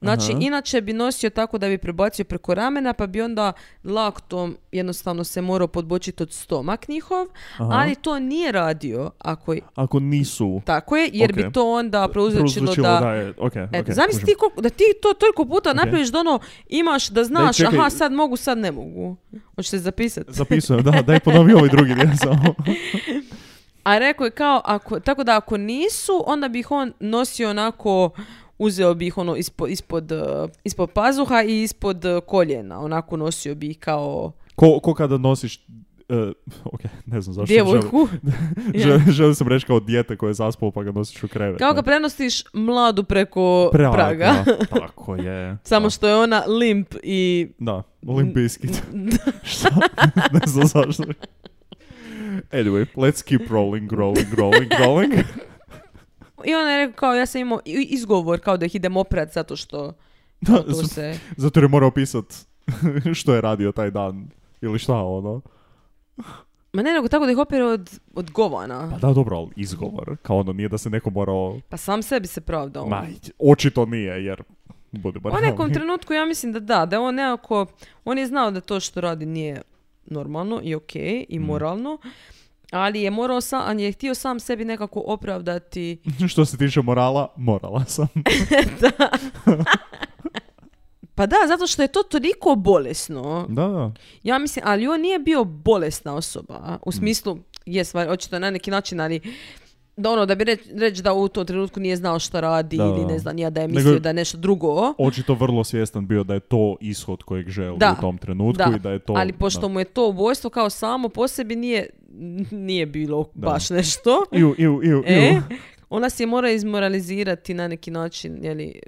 Znači, Aha. inače bi nosio tako da bi prebacio preko ramena, pa bi onda laktom jednostavno se morao podbočiti od stomak njihov, Aha. ali to nije radio ako je, Ako nisu tako je, jer bi Ok. to onda prouzročilo prouzročilo da... da je... okej, Eto, okej, E, zamisli kužim. ti koliko- da ti to toliko puta napraviš da ono imaš da znaš, čekaj. aha sad mogu, sad ne mogu. Hoćeš se zapisati. Zapisujem, da, daj ponovi ovaj drugi dio samo. A rekao je kao, ako, tako da ako nisu, onda bi ih on nosio onako, uzeo bi ih ono ispo- ispod, eh, ispod pazuha i ispod eh, koljena, onako nosio bi ih kao Ko, ko kada nosiš e, ok, ne znam zašto. djevojku. želim- želim- želim sam reći kao dijete koje je zaspalo pa ga nosiš u krevet. Kao ne? ga prenosiš mladu preko Prava, praga. da, *laughs* Tako *laughs* je. Samo Da. što je ona limp i... Da, olimpijski. *laughs* *laughs* Šta? ne znam zašto. Anyway, let's keep rolling, rolling, rolling, *laughs* rolling. I ona je rekao kao, ja sam imao i- izgovor kao da ih idem oprat zato što... Da, to z- se... zato jer je morao pisat *laughs* što je radio taj dan. Ili šta ono. Ma ne, nego tako da ih opere od, od Pa govana. da, dobro, ali izgovor. Kao ono, nije da se neko morao... Pa sam sebi se pravdao. on. Ma, očito nije, jer... Budemo U nekom realni. trenutku ja mislim da da, da je on nekako, on je znao da to što radi nije normalno i okej Mm. i moralno, ali je morao sam, ali je htio sam sebi nekako *laughs* opravdati Što se tiče morala, morala sam. Pa da, zato što je to toliko bolesno. Da, da. Ja mislim, ali on nije bio bolesna osoba. Mm. U smislu, je stvar, očito na neki način, ali da ono, da bi reći da u tom trenutku nije znao šta radi Da, ili da. ne znam, ja da je Nego- mislio da je nešto drugo. Očito vrlo svjestan bio da je to ishod kojeg želi Da, u tom trenutku i da je to... ali pošto da. mu je to ubojstvo kao samo po sebi nije, nije bilo Da. baš nešto. Iu, iu, iu, E, iu. ona se mora izmoralizirati na neki način, jeli,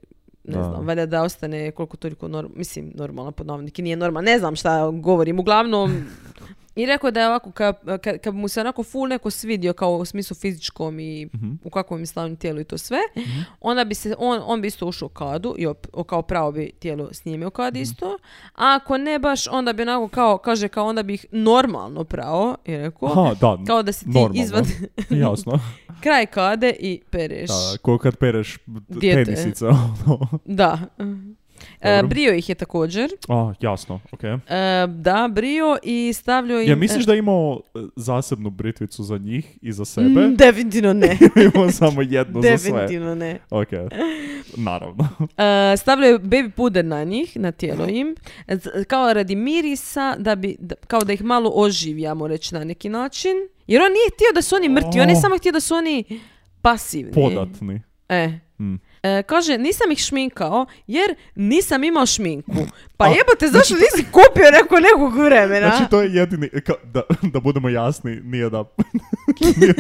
ne Da. znam, valjda da ostane koliko toliko, norm, mislim, normalna pod navodnike, nije normalna, ne znam šta govorim, *laughs* uglavnom... I rekao da je ovako, kad, kad, kad mu se onako ful neko svidio, kao u smislu fizičkom i Mhm. u kakvom je stavnom tijelu i to sve, onda bi se, on, on bi isto ušao u kadu i op- o, kao pravo bi tijelo snimio kad Mhm. isto, a ako ne baš, onda bi onako kao, kaže kao onda bi ih normalno pravo, je rekao, Aha, da, kao da si ti normalno. izvan, *laughs* Jasno. kraj kade i pereš. *laughs* Da, ko kad pereš Dijete. tenisica. ono. Da. E, Dobro. brio ih je također. A, jasno, okej. E, da, brio i stavljao im... Ja misliš da je imao e, zasebnu britvicu za njih i za sebe? Mm, *laughs* Definitivno *laughs* ne. imao samo jednu za *laughs* sve. Definitivno ne. Ok, naravno. E, stavljao je baby puder na njih, na tijelo im, z- kao radi mirisa, da bi, da- kao da ih malo oživi, ja mu reći, na neki način. Jer on nije htio da su oni mrtvi, on je O. samo htio da su oni pasivni. Podatni. E. Mm. E, kaže, nisam ih šminkao jer nisam imao šminku. Pa A, jebote, zašto nisi kupio neko nekog vremena? Znači, to je jedini, ka- da, *laughs* da budemo jasni, nije da, *laughs* nije,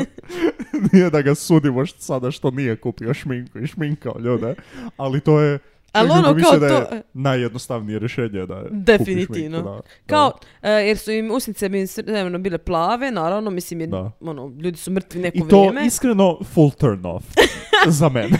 nije da ga sudimo š- sada što nije kupio šminku i šminkao ljude, ali to je, Ali nekako ono kao mislim da je to- najjednostavnije rješenje da je kupiš Definitivno. šminku, da, da. Kao, e, jer su im usnice bi s vremenom bile plave, naravno, mislim, jer, Da. ono, ljudi su mrtvi neko I to vrijeme. iskreno full turn *laughs* off za mene.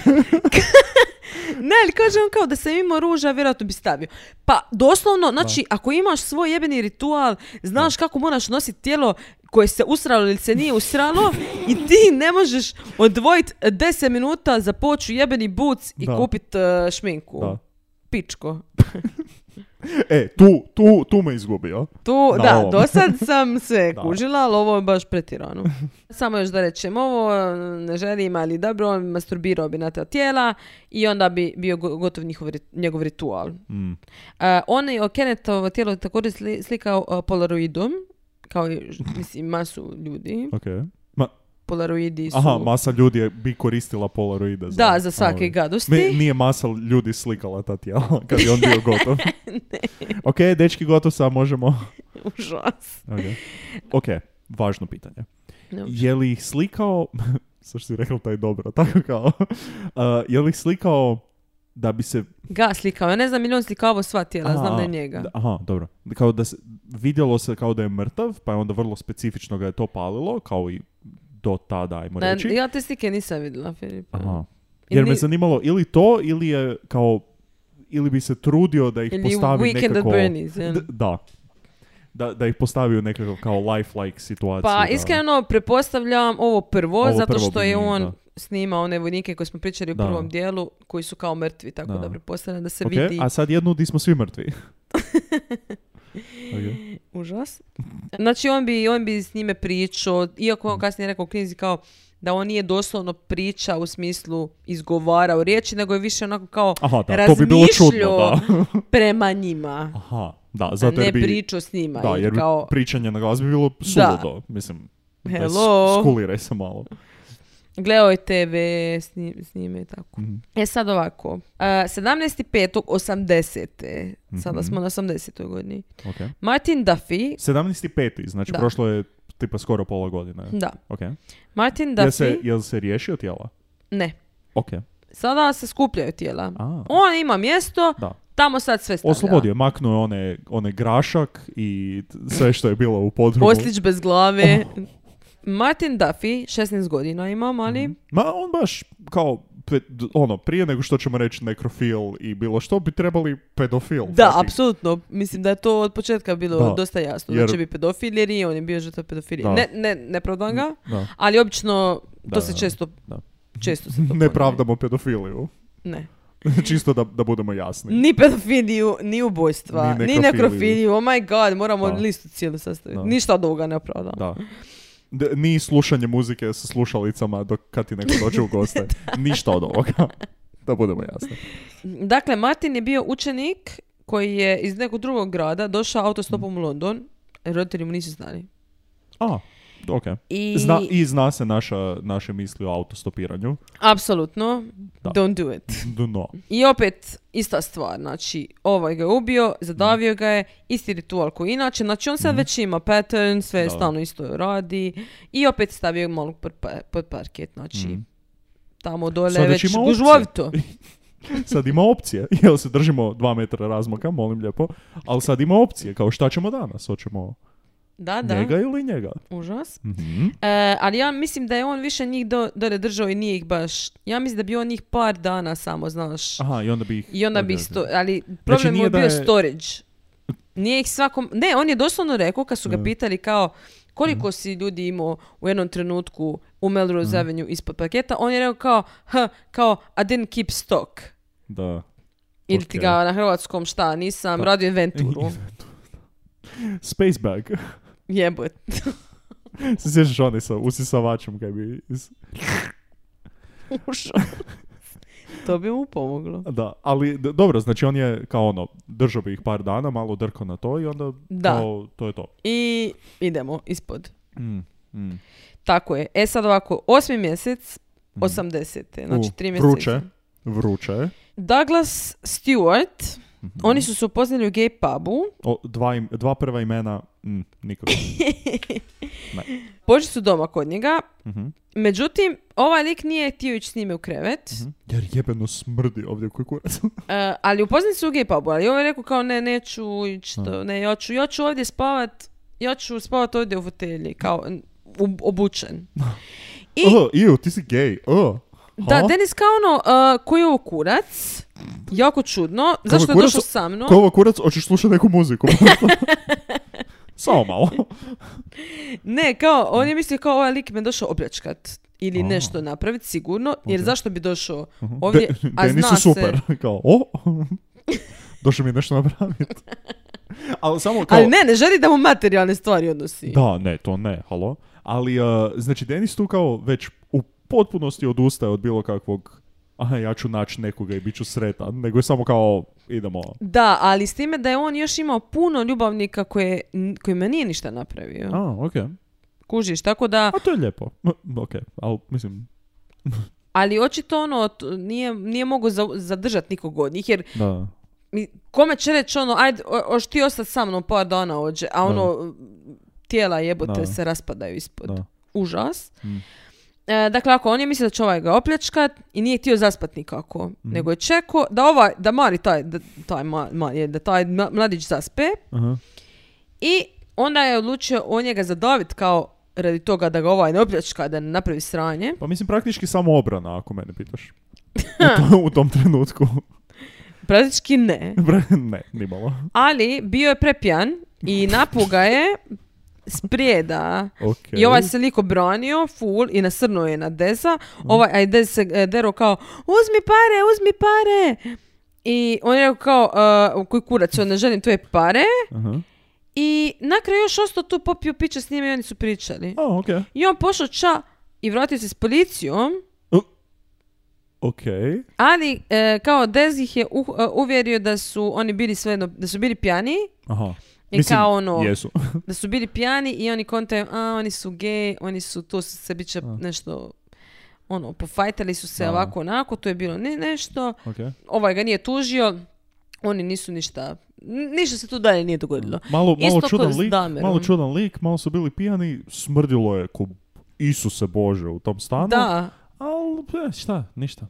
Ne, ali kaže on kao da sam imao ruža, vjerojatno bi stavio. Pa, doslovno, znači, ako imaš svoj jebeni ritual, znaš kako moraš nositi tijelo koje se usralo ili se nije usralo i ti ne možeš odvojiti 10 minuta za poću jebeni buc i Da. kupit e, šminku. Da. Pičko. E, tu, tu, tu me izgubio. Tu, Na da, ovom. do sad sam sve *laughs* Da. kužila, ali ovo je baš *laughs* pretjerano. Samo još da rečem ovo, mm, ne želim, ali dobro, on masturbirao bi na ta tijela i onda bi bio go- gotov njihov, rit- njegov ritual. Mm. E, on je Kennethovo tijelo također sli- slikao e, polaroidom, kao i, *laughs* ž- mislim, masu ljudi. Ok. Polaroidi su... Aha, masa ljudi je, bi koristila polaroide. Za, da, za svake ovaj. gadosti. Me, nije masa ljudi slikala ta tijela kad je on bio *laughs* gotov. ok, dečki gotov sam, možemo. *laughs* Užas. Ok, Ok, važno pitanje. Ne. Je li ih slikao, *laughs* sa što si rekao da je dobro, tako kao, uh, je li ih slikao da bi se... Ga slikao, ja ne znam, milion slikavo sva tijela, znam da je Aha, njega. da- Aha, dobro. Kao da se, vidjelo se kao da je mrtav, pa je onda vrlo specifično ga je to palilo, kao i do tada, ajmo Ne, reći. ja te slike nisam vidjela, Filip. Aha. I Jer ni- me zanimalo ili to, ili je kao, ili bi se trudio da ih Ili postavi Weekend nekako... at Bernie's, jel? D- da. Da, da ih postavi u nekako kao lifelike situaciju. Pa da- iskreno pretpostavljam ovo prvo, Ovo zato prvo što bi, je on da. snimao one vojnike koje smo pričali u Da. prvom dijelu, koji su kao mrtvi, tako da, Da. pretpostavljam da se Ok, vidi a sad jednu di smo svi *laughs* mrtvi. Ok. užas. Znači on bi, on bi s njime pričao, iako on kasnije rekao u knjizi kao da on nije doslovno priča u smislu izgovarao riječi, nego je više onako kao Aha, da, to bi bilo čudno, razmišljao da. prema njima. Aha, da, A zato ne jer bi... pričao s njima. da, jer jer bi kao, pričanje na glas bi bilo suludo. Mislim, bez- Hello. skuliraj se malo. Gledao je TV, sni- snime i tako. Mhm. E sad ovako, uh, 17.5.80. Sada Mhm. smo na 80. godini. Ok. Martin Duffy, 17.5. Znači, Da. prošlo je tipa skoro pola godine. da, Ok. Martin Jel Duffy, se, jel se riješio tijela? ne, Ok. sada se skupljaju tijela. A, On ima mjesto, da. tamo sad sve stavlja. Oslobodio je, maknuo je one, one grašak i t- sve što je bilo u podrumu. Oslić bez glave. Oh. Martin Duffy, 16 godina ima, mali. Ma on baš kao pe- d- ono, prije nego što ćemo reći nekrofil i bilo što bi trebali pedofil. Da, Znači, apsolutno. Mislim da je to od početka bilo Da. dosta jasno. Jer- Da će biti pedofil jer i on je bio žrtva pedofilije. Da. Ne, ne, ne pravdam ga. Da. Ali obično, to Da, se da, često, da. često se to Ne ponovi. pravdamo pedofiliju. *laughs* Ne. Čisto da, da budemo jasni. Ni pedofiliju, ni ubojstva, Ni ni, nekrofiliju. nekrofiliju. Oh my god, moramo Da. listu cijelu sastaviti. Da. Ništa od ovoga ne opravdam. Da. D- ni slušanje muzike sa slušalicama dok kad ti neko dođe u *laughs* goste. Ništa od ovoga. Da budemo jasni. Dakle, Martin je bio učenik koji je iz nekog drugog grada došao autostopom u London. Roditelji mu nisu znali. A, ok. I, Zna, I zna se naša, naše misli o autostopiranju. apsolutno, Da. don't do it. No. I opet, ista stvar, znači, ovaj ga je ubio, Mm. zadavio ga je, isti ritual koji inače, znači on sad već ima pattern, sve Da. stalno isto radi i opet stavio malog pod, pa- pod parket, znači, tamo dole Mm. Sad već već ima opcije. gužvovito. Sad ima opcije. *laughs* Jel se držimo dva metra razmaka, molim lijepo. Ali sad ima opcije. Kao šta ćemo danas? Hoćemo Da, da, njega ili njega? užas. Mhm. E, ali ja mislim da je on više njih do, dole držao i nije ih baš, ja mislim da bi on njih par dana samo, znaš. Aha, i onda bi ih... I onda bi Ok, ok. isto, ali problem mu Znači, nije je da bio je- storage. Nije ih svakom, ne, on je doslovno rekao kad su ga Mm. pitali kao Mhm. koliko si ljudi imao u jednom trenutku u Melrose Avenue ispod paketa, on je rekao kao, h, kao, I didn't keep stock. Da. Ili ti Ok. ga na hrvatskom šta, nisam Pa- radio *laughs* inventuru. Space bag. Jebot. Se *laughs* sjećaš one sa usisavačem kaj bi... is- to bi mu *laughs* pomoglo. Da, ali d- dobro, znači on je kao ono, držao bi ih par dana, malo drko na to i onda Da. kao, to je to. I idemo ispod. Mm, mm. Tako je. E sad ovako, osmi mjesec, 80. Znači Mhm. U, tri mjeseca. Vruće, vruće. je. Douglas Stewart, Mhm. oni su se upoznali u gay pubu, O, dva, im- dva prva imena, mm, *laughs* nikako. pošli su doma kod njega, Mhm. međutim, ovaj lik nije htio ići s njime u krevet, Mhm. Jer jebeno smrdi ovdje koji kurac. e, ali upoznali su u gay pubu, ali ovaj je rekao kao ne, neću ići, to, Mhm. ne, ja ću, ja ću ovdje spavat, ja ću spavat ovdje u fotelji, kao n- u- obučen. I- Oh, iu, ti si gej. Oh. Da, Denis kao ono, e, koji je ovo kurac? Jako čudno. je Zašto je kurac? došao sa mnom? Ko je ovo kurac, hoćeš slušati neku *laughs* muziku? Samo malo. Ne, kao, on je mislio kao ovaj lik me došao opljačkat ili A. nešto napraviti sigurno, jer Ok. Mhm. zašto bi došao ovdje, De- a Denis zna je super. *laughs* se. Kao, o, došao mi je nešto *laughs* napraviti. Ali samo kao... Ali ne, ne želi da mu materijalne stvari odnosi. Da, ne, to ne, halo. Ali, uh, znači, Denis tu kao već u potpunosti odustaje od bilo kakvog aha, ja ću naći nekoga i bit ću sretan, nego je samo kao, idemo. Da, ali s time da je on još imao puno ljubavnika koje, n- kojima nije ništa napravio. A, okej. Kužiš, tako da, A to je lijepo. M, okej, ali, mislim, ali očito ono, t- nije, nije mogao za- zadržati nikog od njih, jer da. mi- kome će reći ono, ajde, o- oš ti ostat sa mnom par dana ođe, a ono, tijela jebote Da. se raspadaju ispod. Da. Užas. Mm. E, dakle, ako on je mislio da će ovaj ga opljačkat i nije htio zaspat nikako, Mm. nego je čekao da ovaj, da mari taj, da, taj, ma- ma- da taj ma- mladić zaspe, Aha. I onda je odlučio on njega zadavit kao radi toga da ga ovaj ne opljačka, da ne napravi sranje. Pa mislim, praktički samo obrana, ako mene *laughs* pitaš. U, to- u tom trenutku. *laughs* Praktički ne. Bre, ne, nimalo. Ali bio je prepjan *laughs* i napuga je sprijeda. Okej. I ovaj se liko branio, full, i nasrnuo je na Deza. Ovaj, a i Dez se e, dero kao, uzmi pare, uzmi pare! I on je rekao kao, "E, koji kurac, on ne želim tvoje pare. Aha. I na kraju još ostao tu popio piće s njima i oni su pričali. A, okej. I on pošao ča i vratio se s policijom. Okej. Ali e, kao Dez ih je uh- e, uvjerio da su oni bili svejedno, da su bili pijani, Aha. I kao ono- Jesu. da su bili pijani i oni kontaju, a oni su gej, oni su to su se biće nešto ono, pofajtali su se Da. ovako onako, to je bilo ne, nešto, *laughs* Okej. ovaj ga nije tužio, oni nisu ništa, n- ništa se tu dalje nije dogodilo. Malo, malo Isto ko čudan s lik, Dahmerom. malo čudan lik, malo su bili pijani, smrdilo je ko Isuse Bože u tom stanu. Da, Ali, e, šta, ništa.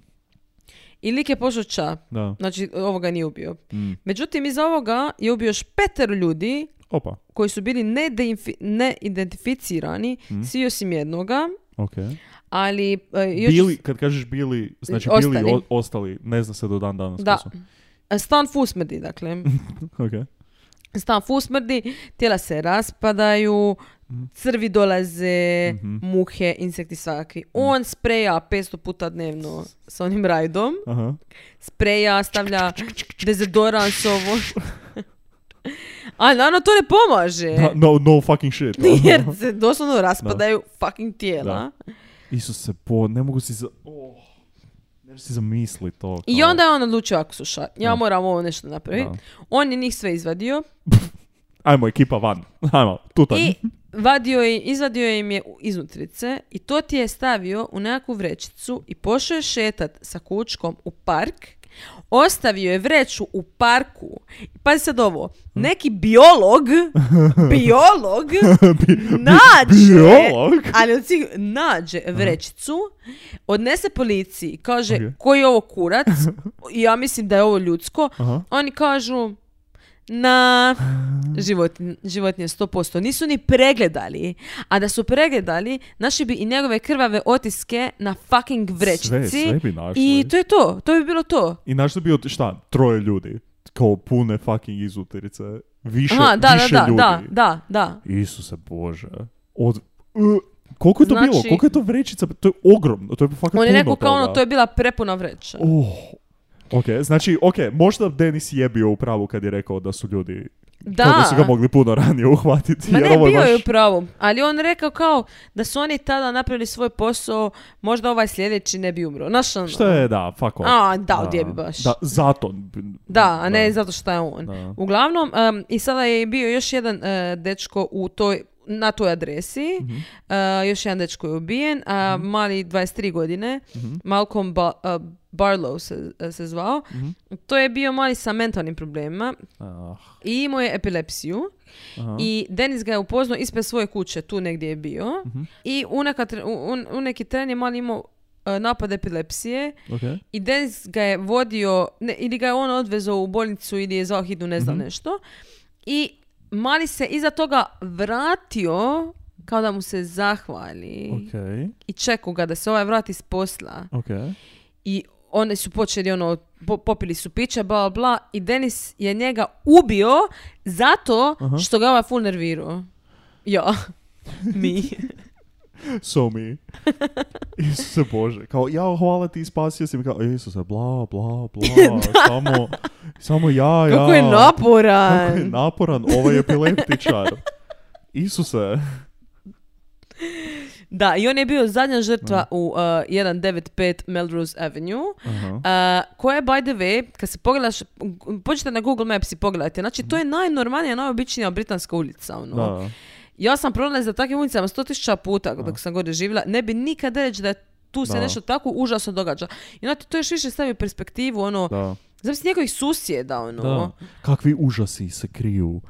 i lik je pošao ča, Da. znači ovoga nije ubio. Mm. Međutim, iz ovoga je ubio još peter ljudi Opa, koji su bili nedeinfi- neidentificirani, Mm. svi osim jednoga, okej. ali e, još... Bili, kad kažeš bili, znači bili Ostali. o- ostali, ne zna se do dan danas. ko Da. E, su. *laughs* Mhm. Stan fu smrdi, dakle. Okej. Stan fu smrdi, tijela se raspadaju, Mhm. crvi dolaze, muhe, insekti svakakvi. Mhm. On spreja 500 puta dnevno sa onim rajdom. Aha. Spreja, stavlja dezodorans ovo. *laughs* Ali naravno to ne pomaže. Da, no, no fucking *laughs* shit. ono. Jer se doslovno raspadaju fucking tijela. Isuse, bo, ne mogu si za... Oh. Ne možeš si zamisli to. Kao... I onda je on odlučio Aksuša, ja Da. moram ovo nešto napraviti. Da. On je njih sve izvadio Ajmo ekipa van. Ajmo, tutanj. i vadio je, izvadio im je iznutrice i to ti je stavio u nekakvu vrećicu i pošao je šetat sa kučkom u park. Ostavio je vreću u parku. Pazi sad ovo, neki biolog, biolog, nađe, biolog? ali od svih- nađe vrećicu, odnese policiji, kaže Ok. koji je ovo *laughs* kurac, ja mislim da je ovo ljudsko, Aha. oni kažu na životinje, životinje 100%. Nisu ni pregledali. A da su pregledali, našli bi i njegove krvave otiske na fucking vrećici. Sve, sve bi našli. I to je to. To bi bilo to. I znaš da bi od, šta, troje ljudi, kao pune fucking izuterice, više, Aha, da, više da, da, ljudi. da, da, da. Isuse Bože. Od, uh, koliko je to Znači- bilo? Koliko je to vrećica? To je ogromno, to je fakat puno On je rekao kao toga. ono, to je bila prepuna vreća. Oh. Ok, znači, ok, možda Denis je bio u pravu kad je rekao da su ljudi, Da. kao da su ga mogli puno ranije uhvatiti. Ma jer ne, ovo je bio je u baš- pravu. Ali on rekao kao da su oni tada napravili svoj posao, možda ovaj sljedeći ne bi umro. Znaš ono? Što je, da, fuck off. A, da, odjebi baš. Da, zato. Da, a ne zato što je on. Da. Uglavnom, em, i sada je bio još jedan eh, dečko u toj, na toj adresi. Mhm. Eh, još jedan dečko je ubijen, a mali 23 godine, Mhm. Malcolm Ba- eh, Barlow se, eh, se zvao. Mhm. To je bio mali sa mentalnim problemima Ah, i imao je epilepsiju. aha. I Denis ga je upoznao ispred svoje kuće, tu negdje je bio. Mhm. I u, neka tre- u- u- u neki tren je mali imao eh, napad epilepsije. Ok. I Dennis ga je vodio, ne, ili ga je on odvezao u bolnicu ili je zvao hitnu, ne Mhm. znam nešto. I Mali se iza toga vratio kao da mu se zahvali Ok, i čekao ga da se ovaj vrati s posla. ok. I oni su počeli ono, po- popili su piće, bla, bla, bla. I Denis je njega ubio zato što ga ovaj ful nervirao. Ja, mi. So *laughs* mi. Isuse Bože. Kao, ja, hvala ti, spasio si me. Kao, Isuse, bla, bla, *laughs* bla. samo, samo ja, ja. Kako je naporan. *laughs* Kako je naporan ovaj epileptičar. Isuse. Da, i on je bio zadnja žrtva u uh, 195 Melrose Avenue, Aha. uh, koja je, by the way, kad se pogledaš, pođite na Google Maps i pogledajte, znači to je najnormalnija, najobičnija britanska ulica, ono. Da. Ja sam prolazila takvim ulicama 100.000 puta dok sam gore živjela, ne bi nikad reći da tu se Da. nešto tako užasno događa. I onda ti to još više stavi u perspektivu, ono, Da. zamisli njegovih susjeda, ono. Da. Kakvi užasi se kriju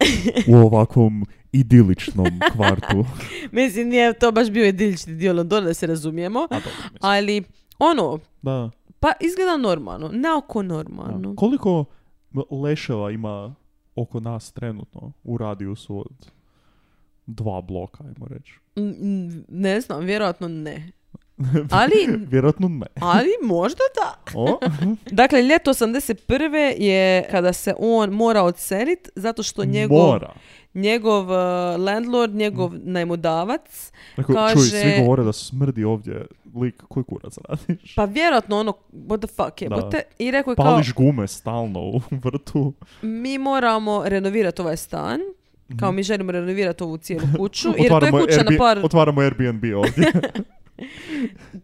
u ovakvom idiličnom *laughs* kvartu. Mislim, nije to baš bio idilični dio Londona, da se razumijemo, A, dobro, mislim. ali, ono, da. pa izgleda normalno, naoko da. normalno. Koliko leševa ima oko nas trenutno u radijusu od dva bloka, ajmo *laughs* reći. Mm, mm, Ne znam, vjerojatno ne. Ali, Vjerojatno ne. ali *laughs* možda da. *laughs* O? Dakle, ljeto 81. je kada se on mora odselit zato što njegov, Mora. njegov eh, landlord, njegov najmodavac, Dakle, čuj, kaže- svi govore da smrdi ovdje lik koji kurac radiš. pa vjerojatno ono, what the fuck jebote, i rekao je Pa kao, Pališ gume stalno u vrtu. mi moramo renovirati ovaj stan, kao mi želimo renovirati ovu *laughs* cijelu kuću, jer to je Mhm. Otvaramo, kuća na Airbi- par, otvaramo Airbnb *laughs* ovdje.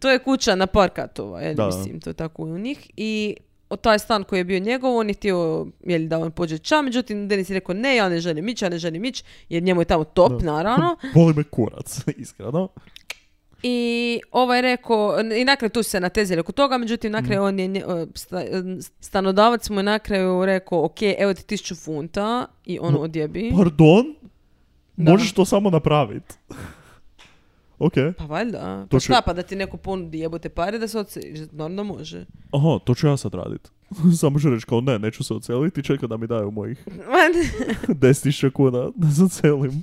to je kuća na par katova, je, Da. mislim, to je tako u njih. I o taj stan koji je bio njegov, on je htio jeli, da on pođe ča, međutim Denis je rekao ne, ja ne želim ići, ja ne želim ići, jer njemu je tamo top, *laughs* naravno. Boli me kurac, iskreno. I ovaj je rekao, i na kraju tu su se natezili oko toga, međutim na kraju on je, nje- e, sta- e, stanodavac mu je na kraju rekao, ok, evo ti tisuću funta i on odjebi. Pardon? Da. Možeš to samo napravit. *laughs* ok. Pa valjda, To pa će- šta pa da ti neko ponudi jebote pare da se odseliš, normalno *laughs* može. Aha, to ću ja sad radit. *laughs* Samo ću reći kao ne, neću se oceliti, čekam da mi daju mojih *laughs* 10.000 kuna *laughs* da se *laughs* ocelim.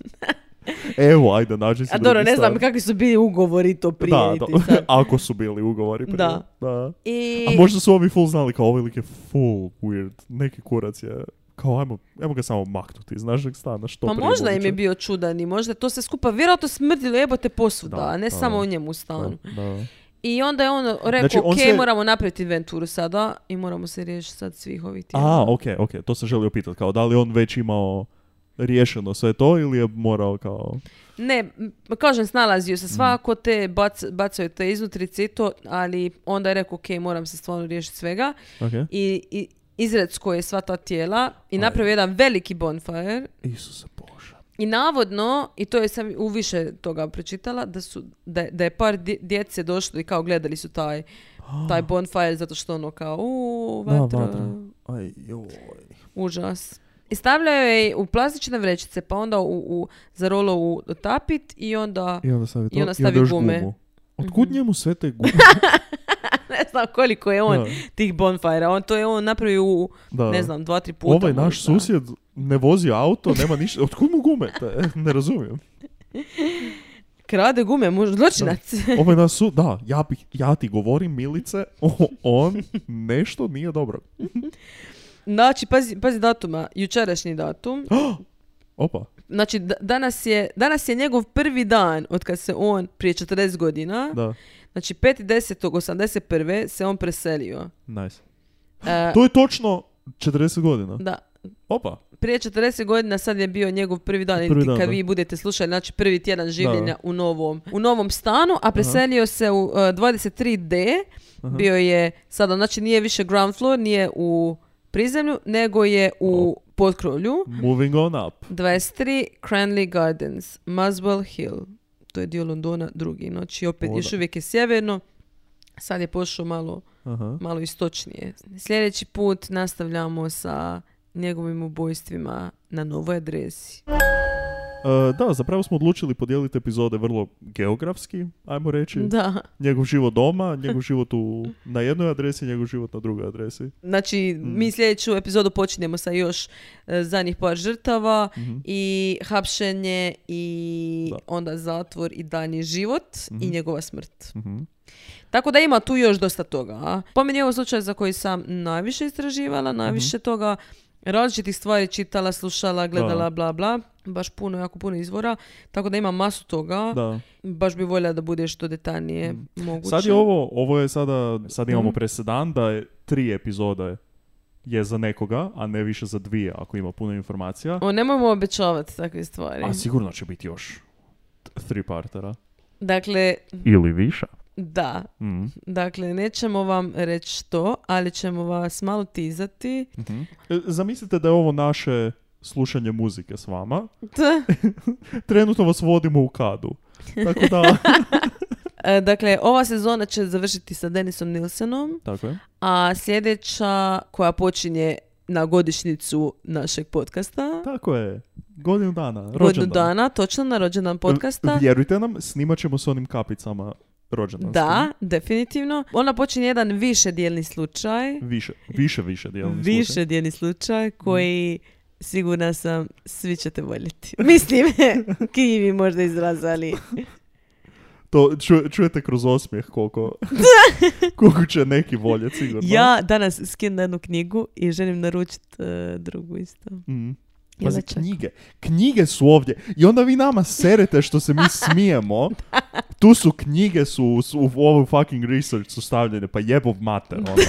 Evo, ajde, nađi si A dobro, drugi ne znam stan. kakvi su bili ugovori to prije Da, i ti *laughs* da. sad. *laughs* ako su bili ugovori prije. Da. da. I... A možda su ovi full znali kao ovaj lik je full weird, neki kurac je kao ajmo, ajmo ga samo maknuti iz našeg stana što Pa prije možda im moguće. je bio čudan i možda to se skupa vjerojatno smrdilo jebote posvuda, Da, a ne da, samo u njemu u stanu. Da, da. I onda je on rekao, Znači, on ok, se- moramo napraviti inventuru sada i moramo se riješiti sad svih ovih tijela. A, ok, ok, to sam želio pitati, kao da li je on već imao riješeno sve to ili je morao kao... Ne, m, kažem, snalazio Mm. se svako te, bac, bacaju te iznutrice i to, ali onda je rekao, ok, moram se stvarno riješiti svega. Okay. I, i izrecko je sva ta tijela i Aj. napravio jedan veliki bonfire Isuse Bože. i navodno, i to je sam u više toga pročitala, da, su, da, je- da je par dje- djece došlo i kao gledali su taj, taj bonfire zato što ono kao, uuu, Da, vatra, vatra. Aj, joj. užas. I stavljao je u plastične vrećice, pa onda u, u, zarolo u tapit i onda I onda stavi to. I onda stavi još gume. Mhm. gumu. Otkud njemu sve te gume? *laughs* ne znam koliko je on Da. tih bonfire On to je on napravio u, *laughs* Da. ne znam, dva, tri puta. Ovaj naš možda. susjed ne vozi auto, nema ništa. Otkud mu gume? Ta- *laughs* Ne razumijem. Krade gume, možda zločinac. Ovaj naš su... Da, ja, bih- ja ti govorim, Milice, o- on nešto nije dobro. *laughs* Znači, pazi, pazi datuma, jučerašnji *gasps* datum. Opa. Znači, da- danas, je, danas je njegov prvi dan od kad se on prije 40 godina, Da. znači 5.10.81. se on preselio. Nice. E, *gasps* To je točno 40 godina. da, Opa. prije 40 godina sad je bio njegov prvi dan, Prvi ili dan, kad da. vi budete slušali, znači prvi tjedan življenja u, novom, u novom stanu, a preselio se u e, 23D, Aha. bio je sada, znači nije više ground floor, nije u prizemlju, nego je u potkrovlju. Moving on up. 23 Cranley Gardens, Muswell Hill. To je dio Londona drugi. Znači, opet O, još da. uvijek je sjeverno. Sad je pošao malo, Aha. malo istočnije. Sljedeći put nastavljamo sa njegovim ubojstvima na novoj adresi. E, da, zapravo smo odlučili podijeliti epizode vrlo geografski, ajmo reći. Da. Njegov život doma, njegov život u, na jednoj adresi, njegov život na drugoj adresi. Znači, Mhm. mi sljedeću epizodu počinjemo sa još e, zadnjih par žrtava i hapšenje i Mhm. Da. onda zatvor i danji život i njegova smrt. Mhm. Tako da ima tu još dosta toga. A? Po meni je ovo slučaj za koji sam najviše istraživala, najviše Mhm. toga različitih stvari čitala, slušala, gledala, Da. bla bla. Baš puno, jako puno izvora. Tako da ima masu toga. Da. Mhm. Baš bi voljela da bude što detaljnije moguće. Sad je ovo, ovo je sada, sad Mhm. imamo presedan da je tri epizode je za nekoga, a ne više za dvije ako ima puno informacija. O, nemojmo obećavati takve stvari. A sigurno će biti još tri partera. Dakle, Ili više. da. Mm. Dakle, nećemo vam reći što, ali ćemo vas malo tizati. E, Zamislite da je ovo naše slušanje muzike s vama. T. Trenutno vas vodimo u kadu. Tako *laughs* da... E, Dakle, ova sezona će završiti sa Denisom Nilsenom. Tako je. A sljedeća koja počinje na godišnjicu našeg podcasta. Tako je. Godinu dana. Godinu rođendan. E, dana, točno na rođendan podcasta. Vjerujte nam, snimat ćemo s onim kapicama rođendanskim. Da, definitivno. Ona počinje jedan više dijelni slučaj. Više, više, više dijelom Više dijelni slučaj koji sigurna sam svi ćete voljeti. *laughs* Mislim, kivi bi možda izrazali. To ču- čujete kroz osmijeh koliko, koliko će neki voljet sigurno. Ja danas skinem na jednu knjigu i želim naručiti e, drugu isto. *laughs* Mm. Ili Pazi, čak. knjige. Knjige su ovdje. I onda vi nama serete što se mi smijemo. Tu su knjige, su, su u ovu fucking research su stavljene. Pa jebov mater, ono.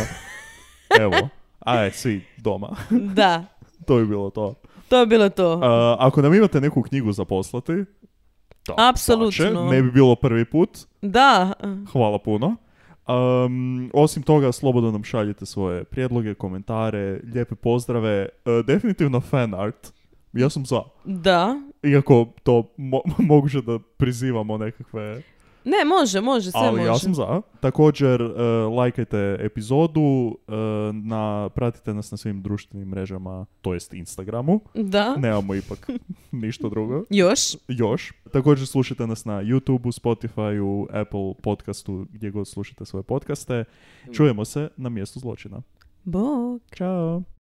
Evo. Aj, svi doma. *laughs* Da, To je bilo to. to je bilo to. A, ako nam imate neku knjigu za poslati, to Apsolutno. pače, ne bi bilo prvi put, Da, eh, hvala puno. Um, osim toga, slobodno nam šaljite svoje prijedloge, komentare, lijepe pozdrave, E, definitivno fan art. Ja sam za. da. Iako to mo- *laughs* moguće da prizivamo nekakve, Ne, može, može, sve ali može. ja sam za. Također, e, lajkajte epizodu, e, na, pratite nas na svim društvenim mrežama, to jest Instagramu. Da, Nemamo ipak *laughs* ništa drugo. još. još. Također slušajte nas na YouTubeu, Spotifyu, Apple podcastu, gdje god slušate svoje podcaste. Čujemo se na mjestu zločina. Bog. Ćao!